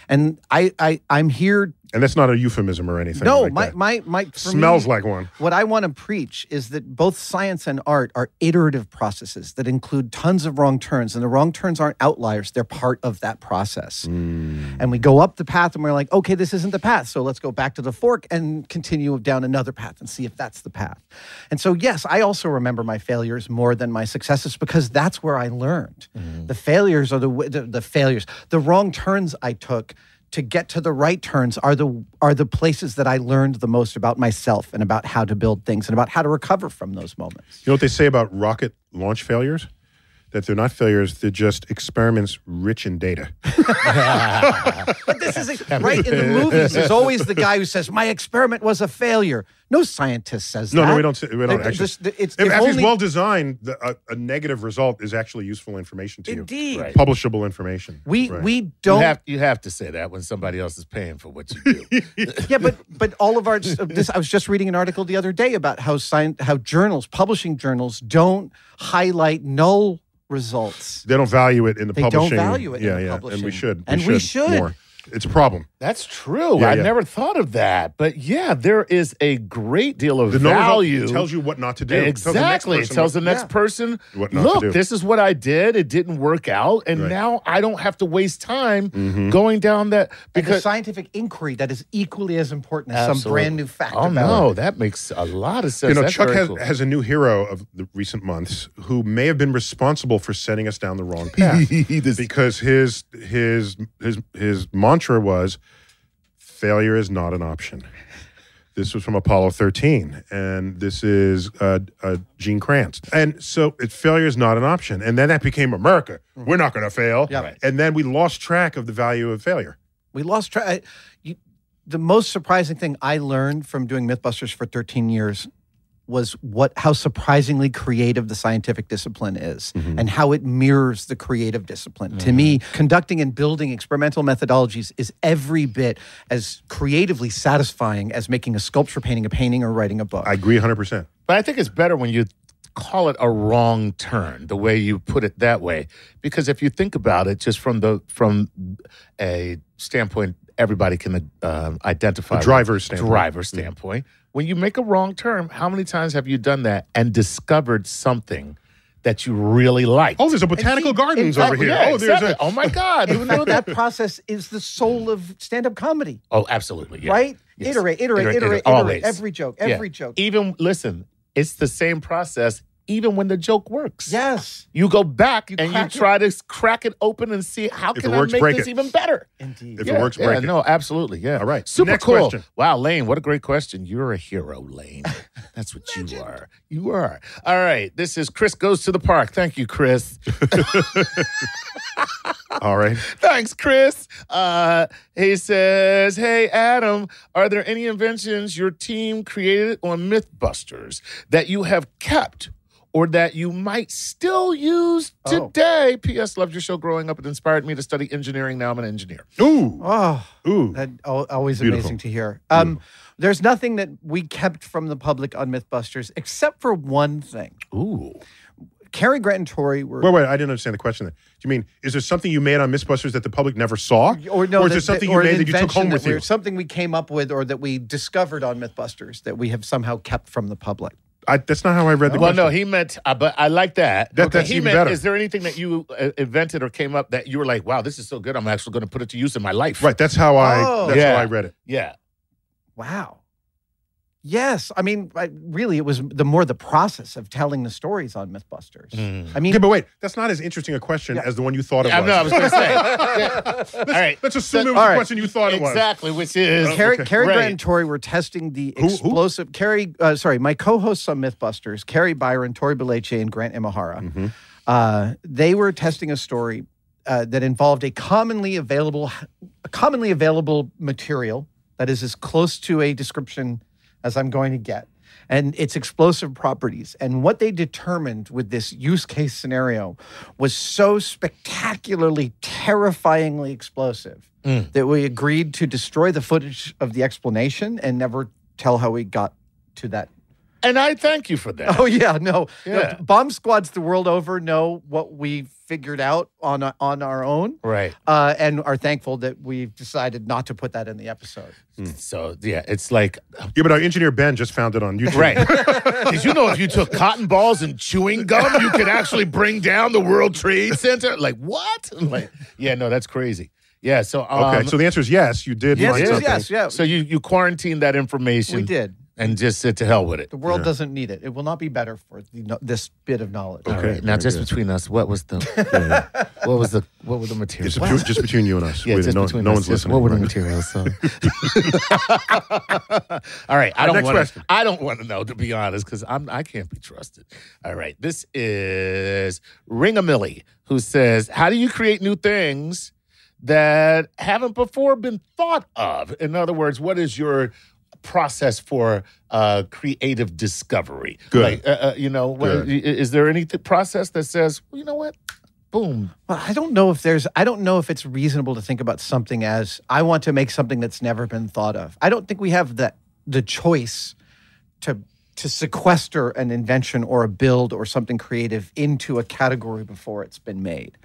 [SPEAKER 3] And I, I, I'm here.
[SPEAKER 2] And that's not a euphemism or anything.
[SPEAKER 3] No,
[SPEAKER 2] like
[SPEAKER 3] my,
[SPEAKER 2] that.
[SPEAKER 3] my, my, for
[SPEAKER 2] smells
[SPEAKER 3] me,
[SPEAKER 2] like one.
[SPEAKER 3] What I want to preach is that both science and art are iterative processes that include tons of wrong turns, and the wrong turns aren't outliers, they're part of that
[SPEAKER 2] Hmm.
[SPEAKER 3] process. And we go up the path and we're like, okay, this isn't the path. So let's go back to the fork and continue down another path and see if that's the path. And so, yes, I also remember my failures more than my successes because that's where I learned. The failures are the, w- the the failures, the wrong turns I took to get to the right turns are the are the places that I learned the most about myself and about how to build things and about how to recover from those moments.
[SPEAKER 2] You know what they say about rocket launch failures? That they're not failures, they're just experiments rich in data.
[SPEAKER 3] But this is it, right in the movies. There's always the guy who says my experiment was a failure. No scientist says
[SPEAKER 2] No,
[SPEAKER 3] that.
[SPEAKER 2] no, we don't. say- We don't
[SPEAKER 3] The-
[SPEAKER 2] actually.
[SPEAKER 3] this- the- it's-
[SPEAKER 2] if
[SPEAKER 3] if
[SPEAKER 2] actually
[SPEAKER 3] only-
[SPEAKER 2] it's well designed, the, a, a negative result is actually useful information to
[SPEAKER 3] Indeed.
[SPEAKER 2] you.
[SPEAKER 3] Right.
[SPEAKER 2] Publishable information.
[SPEAKER 3] We
[SPEAKER 2] Right.
[SPEAKER 3] we
[SPEAKER 1] you
[SPEAKER 3] don't.
[SPEAKER 1] have, you have to say that when somebody else is paying for what you do.
[SPEAKER 3] yeah, but but all of our this. I was just reading an article the other day about how science, how journals, publishing journals, don't highlight null results.
[SPEAKER 2] They don't value it in the
[SPEAKER 3] They
[SPEAKER 2] publishing.
[SPEAKER 3] don't value it.
[SPEAKER 2] Yeah,
[SPEAKER 3] in the
[SPEAKER 2] yeah.
[SPEAKER 3] publishing.
[SPEAKER 2] And we should.
[SPEAKER 3] And we should.
[SPEAKER 2] more. It's a problem.
[SPEAKER 1] That's true.
[SPEAKER 2] Yeah,
[SPEAKER 1] I
[SPEAKER 2] yeah.
[SPEAKER 1] never thought of that. But yeah, there is a great deal of
[SPEAKER 2] The numbers all-
[SPEAKER 1] value.
[SPEAKER 2] tells you what not to do. Tells the next
[SPEAKER 1] Exactly. It
[SPEAKER 2] person
[SPEAKER 1] tells
[SPEAKER 2] what-
[SPEAKER 1] the next
[SPEAKER 2] yeah.
[SPEAKER 1] person,
[SPEAKER 2] What not to
[SPEAKER 1] look,
[SPEAKER 2] do."
[SPEAKER 1] this is what I did. It didn't work out. And
[SPEAKER 2] Right. Mm-hmm.
[SPEAKER 1] now I don't have to waste time going down that
[SPEAKER 3] Because
[SPEAKER 1] because
[SPEAKER 3] scientific inquiry that is equally as important as some
[SPEAKER 1] Absolutely.
[SPEAKER 3] brand new fact.
[SPEAKER 1] Oh
[SPEAKER 3] about
[SPEAKER 1] no,
[SPEAKER 3] it.
[SPEAKER 1] that makes a lot of sense.
[SPEAKER 2] You know,
[SPEAKER 1] That's
[SPEAKER 2] Chuck
[SPEAKER 1] very
[SPEAKER 2] has,
[SPEAKER 1] cool.
[SPEAKER 2] has a new hero of the recent months who may have been responsible for sending us down the wrong path because his his his his mantra was failure is not an option. This was from Apollo 13, and this is uh, uh, Gene Kranz. And so it, failure is not an option. And then that became America.
[SPEAKER 1] Mm-hmm.
[SPEAKER 2] We're not going to fail.
[SPEAKER 3] Yeah. Right.
[SPEAKER 2] And then we lost track of the value of failure.
[SPEAKER 3] we lost track. You, the most surprising thing I learned from doing MythBusters for 13 years was what how surprisingly creative the scientific discipline is and how it mirrors the creative discipline. To me, conducting and building experimental methodologies is every bit as creatively satisfying as making a sculpture, painting a painting, or writing a book.
[SPEAKER 2] I agree 100%.
[SPEAKER 1] But I think it's better when you call it a wrong turn, the way you put it that way, because if you think about it, just from the from a standpoint everybody can uh, identify
[SPEAKER 2] The driver's standpoint. Mm.
[SPEAKER 1] driver standpoint. When you make a wrong turn, how many times have you done that and discovered something that you really like?
[SPEAKER 2] Oh, there's a botanical
[SPEAKER 3] in
[SPEAKER 2] gardens
[SPEAKER 3] fact-
[SPEAKER 2] over here.
[SPEAKER 1] Yeah,
[SPEAKER 2] oh, there's
[SPEAKER 1] exactly.
[SPEAKER 2] a.
[SPEAKER 1] oh my god!
[SPEAKER 3] and
[SPEAKER 1] Who
[SPEAKER 3] in
[SPEAKER 1] knew
[SPEAKER 3] fact,
[SPEAKER 1] that?
[SPEAKER 3] that process is the soul of stand-up comedy,
[SPEAKER 1] Oh, absolutely. yeah.
[SPEAKER 3] right?
[SPEAKER 1] Yes.
[SPEAKER 3] Iterate, iterate, iterate, iterate,
[SPEAKER 1] Always.
[SPEAKER 3] every joke,
[SPEAKER 1] Yeah.
[SPEAKER 3] every joke.
[SPEAKER 1] Even listen, it's the same process. Even when the joke works,
[SPEAKER 3] Yes,
[SPEAKER 1] You go back and you
[SPEAKER 3] crack it.
[SPEAKER 1] try to s- crack it open and see how
[SPEAKER 2] If
[SPEAKER 1] can
[SPEAKER 2] it works,
[SPEAKER 1] I
[SPEAKER 2] break
[SPEAKER 1] make this
[SPEAKER 2] it.
[SPEAKER 1] even better.
[SPEAKER 3] indeed.
[SPEAKER 2] If it works, break it.
[SPEAKER 1] No, absolutely. Yeah.
[SPEAKER 2] All right.
[SPEAKER 1] Super
[SPEAKER 2] Next
[SPEAKER 1] cool.
[SPEAKER 2] question.
[SPEAKER 1] Wow, Lane, what a great question. You're a hero, Lane. That's what you are. You are. All right. This is Chris Goes to the Park. Thank you, Chris.
[SPEAKER 2] All right.
[SPEAKER 1] Thanks, Chris. Uh, he says, Hey, Adam, are there any inventions your team created on Mythbusters that you have kept or that you might still use
[SPEAKER 3] Oh.
[SPEAKER 1] today? P.S. Loved your show growing up. It inspired me to study engineering. Now I'm an engineer.
[SPEAKER 2] Ooh.
[SPEAKER 3] Oh.
[SPEAKER 2] Ooh.
[SPEAKER 3] That al- always
[SPEAKER 2] Beautiful.
[SPEAKER 3] amazing to hear. Um, there's nothing that we kept from the public on MythBusters except for one thing.
[SPEAKER 1] Ooh.
[SPEAKER 3] Cary Grant and Tori were.
[SPEAKER 2] Wait, wait, I didn't understand the question. Then. Do you mean is there something you made on Mythbusters that the public never saw, is there
[SPEAKER 3] that-
[SPEAKER 2] something
[SPEAKER 3] or
[SPEAKER 2] you
[SPEAKER 3] an
[SPEAKER 2] made that you took
[SPEAKER 3] invention
[SPEAKER 2] home
[SPEAKER 3] that
[SPEAKER 2] with
[SPEAKER 3] we're-
[SPEAKER 2] you?
[SPEAKER 3] Something we came up with or that we discovered on MythBusters that we have somehow kept from the public.
[SPEAKER 2] I, that's not how I
[SPEAKER 3] Oh,
[SPEAKER 2] read the
[SPEAKER 1] Well,
[SPEAKER 2] question.
[SPEAKER 1] no, he meant, uh, but I like that.
[SPEAKER 2] That- that's
[SPEAKER 1] he
[SPEAKER 2] even
[SPEAKER 1] meant,
[SPEAKER 2] better.
[SPEAKER 1] is there anything that you uh, invented or came up that you were like, wow, this is so good, I'm actually going to put it to use in my life?
[SPEAKER 2] right. That's how I.
[SPEAKER 3] Oh.
[SPEAKER 2] that's
[SPEAKER 1] Yeah.
[SPEAKER 2] how I read it.
[SPEAKER 1] Yeah.
[SPEAKER 3] Wow. Yes, I mean, I, really, it was the more the process of telling the stories on MythBusters. I mean,
[SPEAKER 2] Okay, but wait, that's not as interesting a question as the one you thought it
[SPEAKER 1] I
[SPEAKER 2] was.
[SPEAKER 1] know, I was going to say. Yeah. All right.
[SPEAKER 2] Let's assume it was
[SPEAKER 3] all
[SPEAKER 2] the
[SPEAKER 3] right.
[SPEAKER 2] question you thought it was.
[SPEAKER 1] Exactly, which is
[SPEAKER 3] Carrie, Carrie
[SPEAKER 1] Oh, Right.
[SPEAKER 3] Grant and Tori were testing the
[SPEAKER 2] Who- who?
[SPEAKER 3] explosive. Carrie, uh, sorry, my co-hosts on MythBusters, Carrie Byron, Tori Beleche, and Grant Imahara. Uh, they were testing a story uh, that involved a commonly available, a commonly available material that is as close to a description as I'm going to get, and its explosive properties. And what they determined with this use case scenario was so spectacularly, terrifyingly explosive that we agreed to destroy the footage of the explanation and never tell how we got to that.
[SPEAKER 1] And I thank you for that.
[SPEAKER 3] Oh yeah, no, no,
[SPEAKER 1] Yeah.
[SPEAKER 3] bomb squads the world over know what we figured out on on our own.
[SPEAKER 1] Right.
[SPEAKER 3] Uh, and are thankful that we've decided not to put that in the episode.
[SPEAKER 1] Mm. So yeah, it's like
[SPEAKER 2] Yeah, but our engineer Ben just found it on YouTube.
[SPEAKER 1] right. Did you know if you took cotton balls and chewing gum, you could actually bring down the World Trade Center? Like what? Like yeah, no, that's crazy. Yeah. So um,
[SPEAKER 2] Okay, so the answer is yes. You did.
[SPEAKER 3] Yes,
[SPEAKER 2] find
[SPEAKER 3] yes,
[SPEAKER 2] something.
[SPEAKER 3] yes, yeah.
[SPEAKER 1] So you you quarantined that information.
[SPEAKER 3] We did.
[SPEAKER 1] and just said to hell with it.
[SPEAKER 3] The world doesn't need it. It will not be better for the, no, this bit of knowledge.
[SPEAKER 1] All right. Now, just between us, what was the what was the what were the materials?
[SPEAKER 2] It's between- just between you and us.
[SPEAKER 1] Yeah,
[SPEAKER 2] Wait,
[SPEAKER 1] just
[SPEAKER 2] no,
[SPEAKER 1] between
[SPEAKER 2] no
[SPEAKER 1] us,
[SPEAKER 2] one's
[SPEAKER 1] just
[SPEAKER 2] listening.
[SPEAKER 1] What were the
[SPEAKER 2] right?
[SPEAKER 1] materials? So. All right, I don't
[SPEAKER 2] next
[SPEAKER 1] want.
[SPEAKER 2] question.
[SPEAKER 1] I don't want to know to be honest, because I'm I can't be trusted. All right, this is Ring a Millie who says, "How do you create new things that haven't before been thought of?" In other words, what is your process for uh, creative discovery?
[SPEAKER 2] Good.
[SPEAKER 1] Like, uh, uh, you know, what,
[SPEAKER 2] Good.
[SPEAKER 1] is there any th- process that says, well, you know what? Boom.
[SPEAKER 3] Well, I don't know if there's, I don't know if it's reasonable to think about something as I want to make something that's never been thought of. I don't think we have the the choice to to sequester an invention or a build or something creative into a category before it's been made,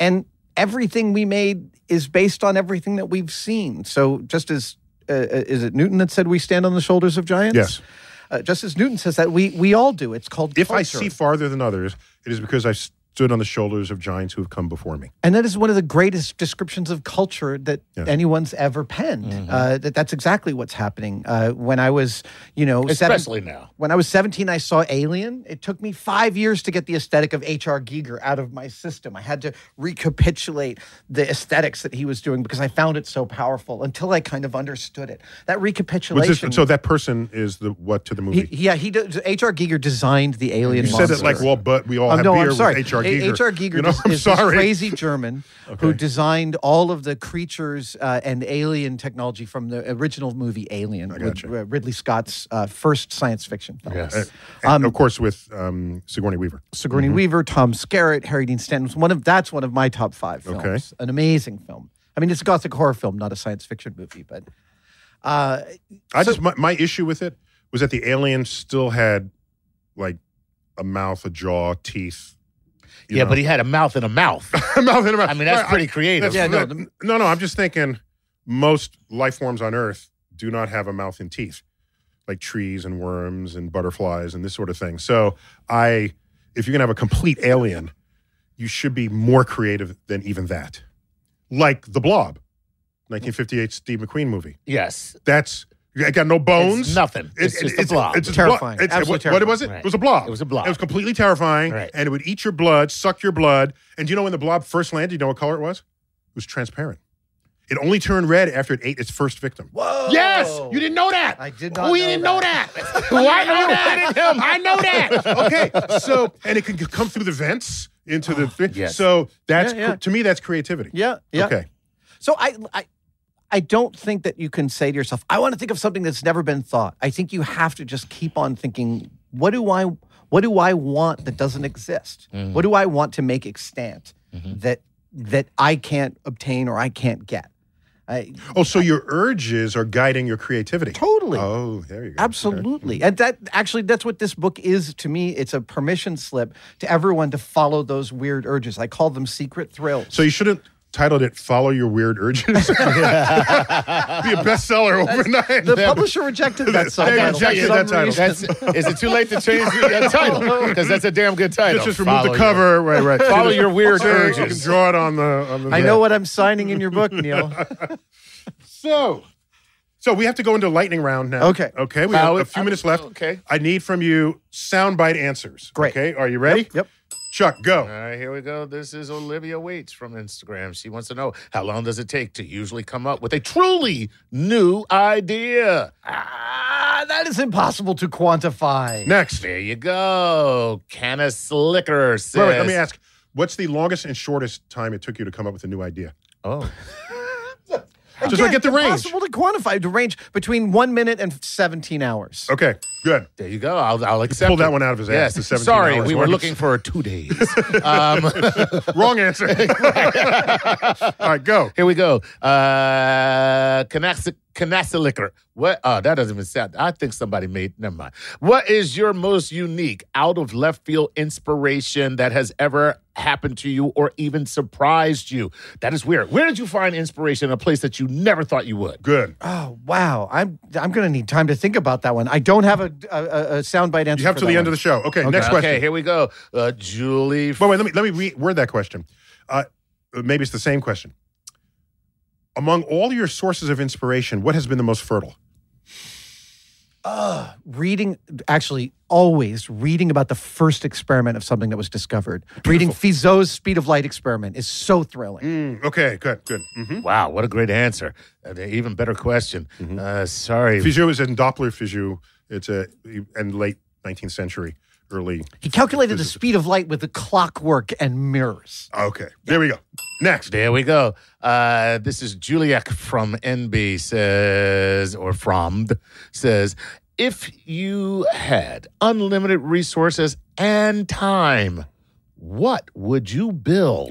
[SPEAKER 3] and everything we made is based on everything that we've seen. So just as uh, is it Newton that said we stand on the shoulders of giants?
[SPEAKER 2] Yes.
[SPEAKER 3] Uh, just as Newton says that we we all do. It's called
[SPEAKER 2] If I
[SPEAKER 3] culture.
[SPEAKER 2] see farther than others, it is because I stood on the shoulders of giants who have come before me.
[SPEAKER 3] And that is one of the greatest descriptions of culture that
[SPEAKER 2] Yeah.
[SPEAKER 3] anyone's ever penned.
[SPEAKER 1] Mm-hmm.
[SPEAKER 3] Uh, that that's exactly what's happening. Uh, when I was, you know, seven-
[SPEAKER 1] Especially now.
[SPEAKER 3] when I was 17, I saw Alien. It took me five years to get the aesthetic of H.R. Giger out of my system. I had to recapitulate the aesthetics that he was doing because I found it so powerful until I kind of understood it. That
[SPEAKER 2] Was this-
[SPEAKER 3] recapitulation.
[SPEAKER 2] so that person is the what to the movie?
[SPEAKER 3] he, yeah, he did- H.R. Giger designed the alien.
[SPEAKER 2] you said it
[SPEAKER 3] monster.
[SPEAKER 2] like, well, but we all
[SPEAKER 3] Oh,
[SPEAKER 2] have
[SPEAKER 3] no,
[SPEAKER 2] beer
[SPEAKER 3] I'm sorry.
[SPEAKER 2] with H.R. Giger.
[SPEAKER 3] A- H.R. Giger
[SPEAKER 2] You know,
[SPEAKER 3] is,
[SPEAKER 2] I'm
[SPEAKER 3] is this
[SPEAKER 2] sorry.
[SPEAKER 3] crazy German who
[SPEAKER 2] Okay.
[SPEAKER 3] designed all of the creatures uh, and alien technology from the original movie Alien, with,
[SPEAKER 2] gotcha.
[SPEAKER 3] uh, Ridley Scott's uh, first science fiction film.
[SPEAKER 1] Yes.
[SPEAKER 2] And Mm-hmm.
[SPEAKER 3] Um,
[SPEAKER 2] of course, with um, Sigourney Weaver.
[SPEAKER 3] Sigourney Weaver, Tom Skerritt, Harry Dean Stanton. It's One of that's one of my top five films.
[SPEAKER 2] Okay.
[SPEAKER 3] An amazing film. I mean, it's a gothic horror film, not a science fiction movie, but uh,
[SPEAKER 2] I just my, my issue with it was that the alien still had like a mouth, a jaw, teeth. you
[SPEAKER 1] yeah,
[SPEAKER 2] know.
[SPEAKER 1] but he had a mouth and a mouth.
[SPEAKER 2] a mouth and a mouth.
[SPEAKER 1] I mean, that's
[SPEAKER 2] Right,
[SPEAKER 1] pretty creative.
[SPEAKER 2] that's-
[SPEAKER 3] Yeah, no,
[SPEAKER 2] that-
[SPEAKER 3] the-
[SPEAKER 2] no, no. I'm just thinking most life forms on Earth do not have a mouth and teeth, like trees and worms and butterflies and this sort of thing. So I, if you're gonna have a complete alien, you should be more creative than even that. Like the Blob, 1958 Steve McQueen movie.
[SPEAKER 1] yes.
[SPEAKER 2] That's I got no bones.
[SPEAKER 1] It's nothing.
[SPEAKER 2] It-
[SPEAKER 1] It's
[SPEAKER 2] it-
[SPEAKER 1] just a blob.
[SPEAKER 2] just a blob.
[SPEAKER 3] Terrifying.
[SPEAKER 2] It's-
[SPEAKER 3] Absolutely
[SPEAKER 2] what, what was it?
[SPEAKER 1] terrifying.
[SPEAKER 2] It was a blob.
[SPEAKER 1] It was a blob.
[SPEAKER 2] It was completely terrifying.
[SPEAKER 1] Right.
[SPEAKER 2] And it would eat your blood, suck your blood. And do you know when the blob first landed, you know what color it was? It was transparent. It only turned red after it ate its first victim.
[SPEAKER 3] whoa!
[SPEAKER 1] Yes, you didn't know that.
[SPEAKER 3] I did not
[SPEAKER 1] We
[SPEAKER 3] know
[SPEAKER 1] didn't know
[SPEAKER 3] that.
[SPEAKER 1] that. Why know that? I know that.
[SPEAKER 2] okay, so and it can come through the vents into the thing.
[SPEAKER 1] Oh, yes.
[SPEAKER 2] So that's
[SPEAKER 3] Yeah, yeah.
[SPEAKER 2] cre- to me that's creativity.
[SPEAKER 3] Yeah, yeah.
[SPEAKER 2] Okay.
[SPEAKER 3] So I, I, I don't think that you can say to yourself, "I want to think of something that's never been thought." I think you have to just keep on thinking, "What do I, what do I want that doesn't exist? What do I want to make extant that that I can't obtain or I can't get?" I,
[SPEAKER 2] Oh, so your urges are guiding your creativity.
[SPEAKER 3] Totally.
[SPEAKER 2] Oh, there you go.
[SPEAKER 3] Absolutely. And that actually that's what this book is to me. It's a permission slip to everyone to follow those weird urges. I call them secret thrills.
[SPEAKER 2] So you shouldn't titled it "Follow Your Weird Urges." Be a bestseller overnight.
[SPEAKER 3] the publisher rejected that
[SPEAKER 2] They
[SPEAKER 3] subtitle. for
[SPEAKER 2] rejected
[SPEAKER 3] some
[SPEAKER 2] that title.
[SPEAKER 3] reason.
[SPEAKER 1] That's, is it too late to change the uh, title? Because that's a damn good title.
[SPEAKER 2] Let's just remove
[SPEAKER 1] Follow your-
[SPEAKER 2] the cover. Right, right.
[SPEAKER 1] Follow your weird
[SPEAKER 2] So you can
[SPEAKER 1] urges.
[SPEAKER 2] Draw it on the. On the
[SPEAKER 3] I know what I'm signing in your book, Neil.
[SPEAKER 2] So, so we have to go into lightning round now.
[SPEAKER 3] Okay.
[SPEAKER 2] Okay. We have
[SPEAKER 1] Howard,
[SPEAKER 2] a few
[SPEAKER 1] I'm-
[SPEAKER 2] minutes left.
[SPEAKER 1] okay.
[SPEAKER 2] I need from you soundbite answers.
[SPEAKER 3] Great.
[SPEAKER 2] Okay. Are you ready?
[SPEAKER 3] yep.
[SPEAKER 2] Chuck,
[SPEAKER 1] All
[SPEAKER 2] go.
[SPEAKER 1] right, here we go. This is Olivia Waits from Instagram. She wants to know how long does it take to usually come up with a truly new idea?
[SPEAKER 3] Ah, that is impossible to quantify.
[SPEAKER 2] Next. Wait,
[SPEAKER 1] There you go. Canna Slicker says.
[SPEAKER 2] wait, let me ask. What's the longest and shortest time it took you to come up with a new idea?
[SPEAKER 1] Oh,
[SPEAKER 2] Just so I get the range.
[SPEAKER 3] Impossible to quantify the range between one minute and 17 hours.
[SPEAKER 2] Okay. Good.
[SPEAKER 1] there you go. I'll, I'll accept.
[SPEAKER 2] pulled
[SPEAKER 1] it.
[SPEAKER 2] that one out of his ass,
[SPEAKER 1] Yes.
[SPEAKER 2] the 17
[SPEAKER 1] Sorry,
[SPEAKER 2] hours
[SPEAKER 1] we were
[SPEAKER 2] one.
[SPEAKER 1] looking for two days. um,
[SPEAKER 2] Wrong answer. All right. Go.
[SPEAKER 1] Here we go. Uh Canassa liquor. What uh that doesn't even sound I think somebody made never mind. What is your most unique out of left field inspiration that has ever happened to you or even surprised you? That is weird. Where did you find inspiration in a place that you never thought you would?
[SPEAKER 2] Good.
[SPEAKER 3] Oh, wow. I'm I'm going to need time to think about that one. I don't have a, a, a- a soundbite answer.
[SPEAKER 2] You have
[SPEAKER 3] for
[SPEAKER 2] till
[SPEAKER 3] that
[SPEAKER 2] the end
[SPEAKER 3] one.
[SPEAKER 2] of the show. Okay. Next question.
[SPEAKER 1] Okay, here we go. Uh Julie
[SPEAKER 2] But wait, let me let me reword that question. Uh, maybe it's the same question. Among all your sources of inspiration, what has been the most fertile?
[SPEAKER 3] reading actually always reading about the first experiment of something that was discovered reading fizeau's speed of light experiment is so
[SPEAKER 2] Mm.
[SPEAKER 3] thrilling
[SPEAKER 1] Mm,
[SPEAKER 2] okay, good, good. Mm-hmm.
[SPEAKER 1] Wow, what a great answer. An even better question. Uh sorry.
[SPEAKER 2] Fizeau is in Doppler Fizeau. It's a and late 19th century, early.
[SPEAKER 3] he calculated the speed of light with the clockwork and mirrors
[SPEAKER 2] Okay, there we go. Next,
[SPEAKER 1] There we go. Uh, this is Juliet from NB says, or from says, if you had unlimited resources and time, what would you build?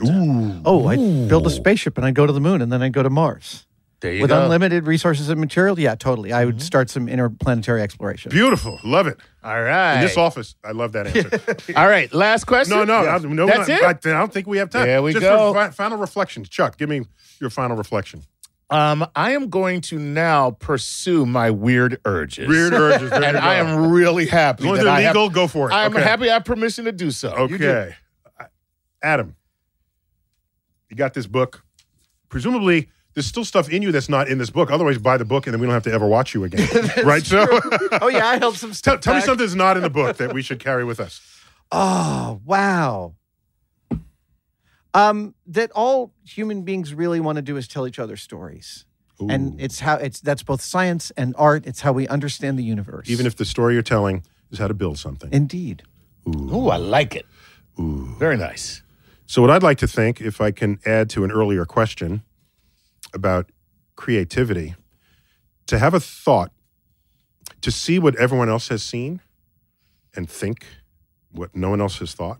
[SPEAKER 3] oh i'd build a spaceship and i'd go to the moon and then i'd go to mars
[SPEAKER 1] There you
[SPEAKER 3] With
[SPEAKER 1] go.
[SPEAKER 3] unlimited resources and material, yeah, totally. I would start some interplanetary exploration.
[SPEAKER 2] Beautiful. Love it.
[SPEAKER 1] All right.
[SPEAKER 2] In this office, I love that answer.
[SPEAKER 1] All right. Last question.
[SPEAKER 2] no, no,
[SPEAKER 1] Yeah.
[SPEAKER 2] I- no.
[SPEAKER 1] That's
[SPEAKER 2] I,
[SPEAKER 1] it.
[SPEAKER 2] I, don't think we have time.
[SPEAKER 1] There we
[SPEAKER 2] Just
[SPEAKER 1] go.
[SPEAKER 2] For fi- final reflections, Chuck. Give me your final reflection.
[SPEAKER 1] Um, I am going to now pursue my weird urges.
[SPEAKER 2] Weird urges. There
[SPEAKER 1] and
[SPEAKER 2] you go.
[SPEAKER 1] I am really happy.
[SPEAKER 2] As long as
[SPEAKER 1] that
[SPEAKER 2] they're
[SPEAKER 1] I have-
[SPEAKER 2] legal, go for it.
[SPEAKER 1] I'm
[SPEAKER 2] Okay.
[SPEAKER 1] happy I have permission to do so. You do.
[SPEAKER 2] Okay. Adam, you got this book. Presumably, there's still stuff in you that's not in this book. Otherwise, buy the book and then we don't have to ever watch you again. right? So
[SPEAKER 3] oh yeah, I held some
[SPEAKER 2] tell,
[SPEAKER 3] stuff.
[SPEAKER 2] tell me
[SPEAKER 3] back.
[SPEAKER 2] something that's not in the book that we should carry with us.
[SPEAKER 3] Oh, wow. Um, that all human beings really want to do is tell each other stories. And it's how it's that's both science and art. It's how we understand the universe.
[SPEAKER 2] Even if the story you're telling is how to build something.
[SPEAKER 3] indeed.
[SPEAKER 1] Ooh, I like it. Very nice.
[SPEAKER 2] So, what I'd like to think, if I can add to an earlier question about creativity, to have a thought, to see what everyone else has seen and think what no one else has thought,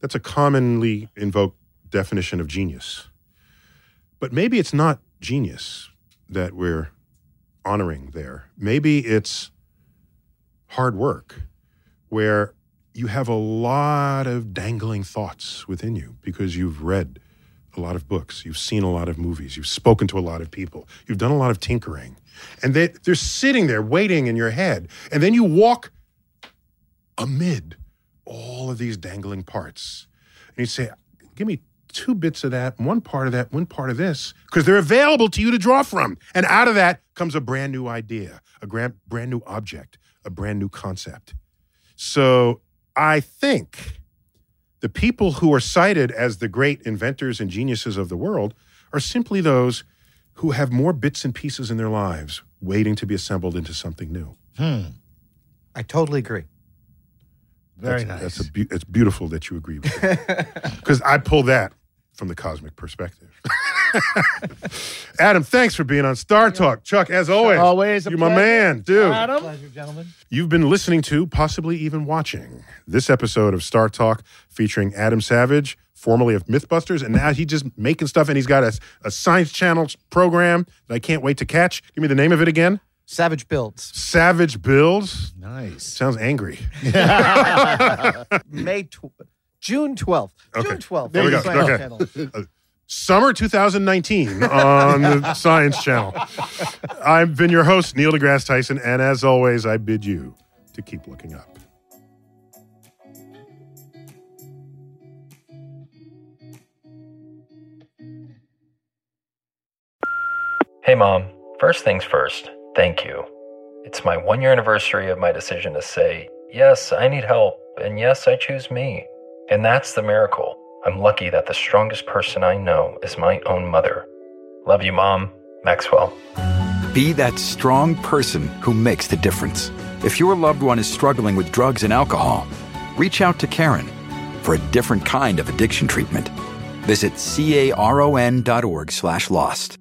[SPEAKER 2] that's a commonly invoked definition of genius. But maybe it's not genius that we're honoring there. Maybe it's hard work where you have a lot of dangling thoughts within you because you've read a lot of books, you've seen a lot of movies, you've spoken to a lot of people, you've done a lot of tinkering. And they, they're sitting there waiting in your head. And then you walk amid all of these dangling parts. And you say, Give me two bits of that, one part of that, one part of this, because they're available to you to draw from. And out of that comes a brand new idea, a grand, brand new object, a brand new concept. So I think the people who are cited as the great inventors and geniuses of the world are simply those who have more bits and pieces in their lives waiting to be assembled into something new.
[SPEAKER 3] I totally agree.
[SPEAKER 1] Very
[SPEAKER 2] that's,
[SPEAKER 1] nice.
[SPEAKER 2] That's a beau- it's beautiful that you agree with me. Because I pull that from the cosmic perspective. Adam, thanks for being on Star Talk. Chuck, as always,
[SPEAKER 1] Always a
[SPEAKER 2] you're my
[SPEAKER 1] pleasure.
[SPEAKER 2] man, dude.
[SPEAKER 1] Adam.
[SPEAKER 2] You've been listening to, possibly even watching, this episode of Star Talk featuring Adam Savage, formerly of Mythbusters, and now he's just making stuff and he's got a, a Science Channel program that I can't wait to catch. Give me the name of it again
[SPEAKER 3] Savage builds.
[SPEAKER 2] Savage Builds.
[SPEAKER 1] Nice.
[SPEAKER 2] Sounds angry.
[SPEAKER 3] May tw- June twelfth.
[SPEAKER 2] Okay.
[SPEAKER 3] June twelfth.
[SPEAKER 2] There we go. Okay. Summer 2019 on the Science Channel. I've been your host, Neil deGrasse Tyson, and as always, I bid you to keep looking up.
[SPEAKER 9] Hey, Mom. First things first, thank you. It's my one year anniversary of my decision to say, yes, I need help, and yes, I choose me. And that's the miracle. I'm lucky that the strongest person I know is my own mother. Love you, Mom. Maxwell.
[SPEAKER 10] Be that strong person who makes the difference. If your loved one is struggling with drugs and alcohol, reach out to Karen for a different kind of addiction treatment. Visit caron.org slash lost.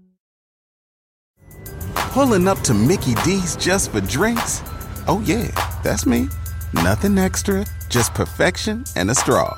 [SPEAKER 8] Pulling up to Mickey D's just for drinks? Oh, yeah, that's me. Nothing extra, just perfection and a straw.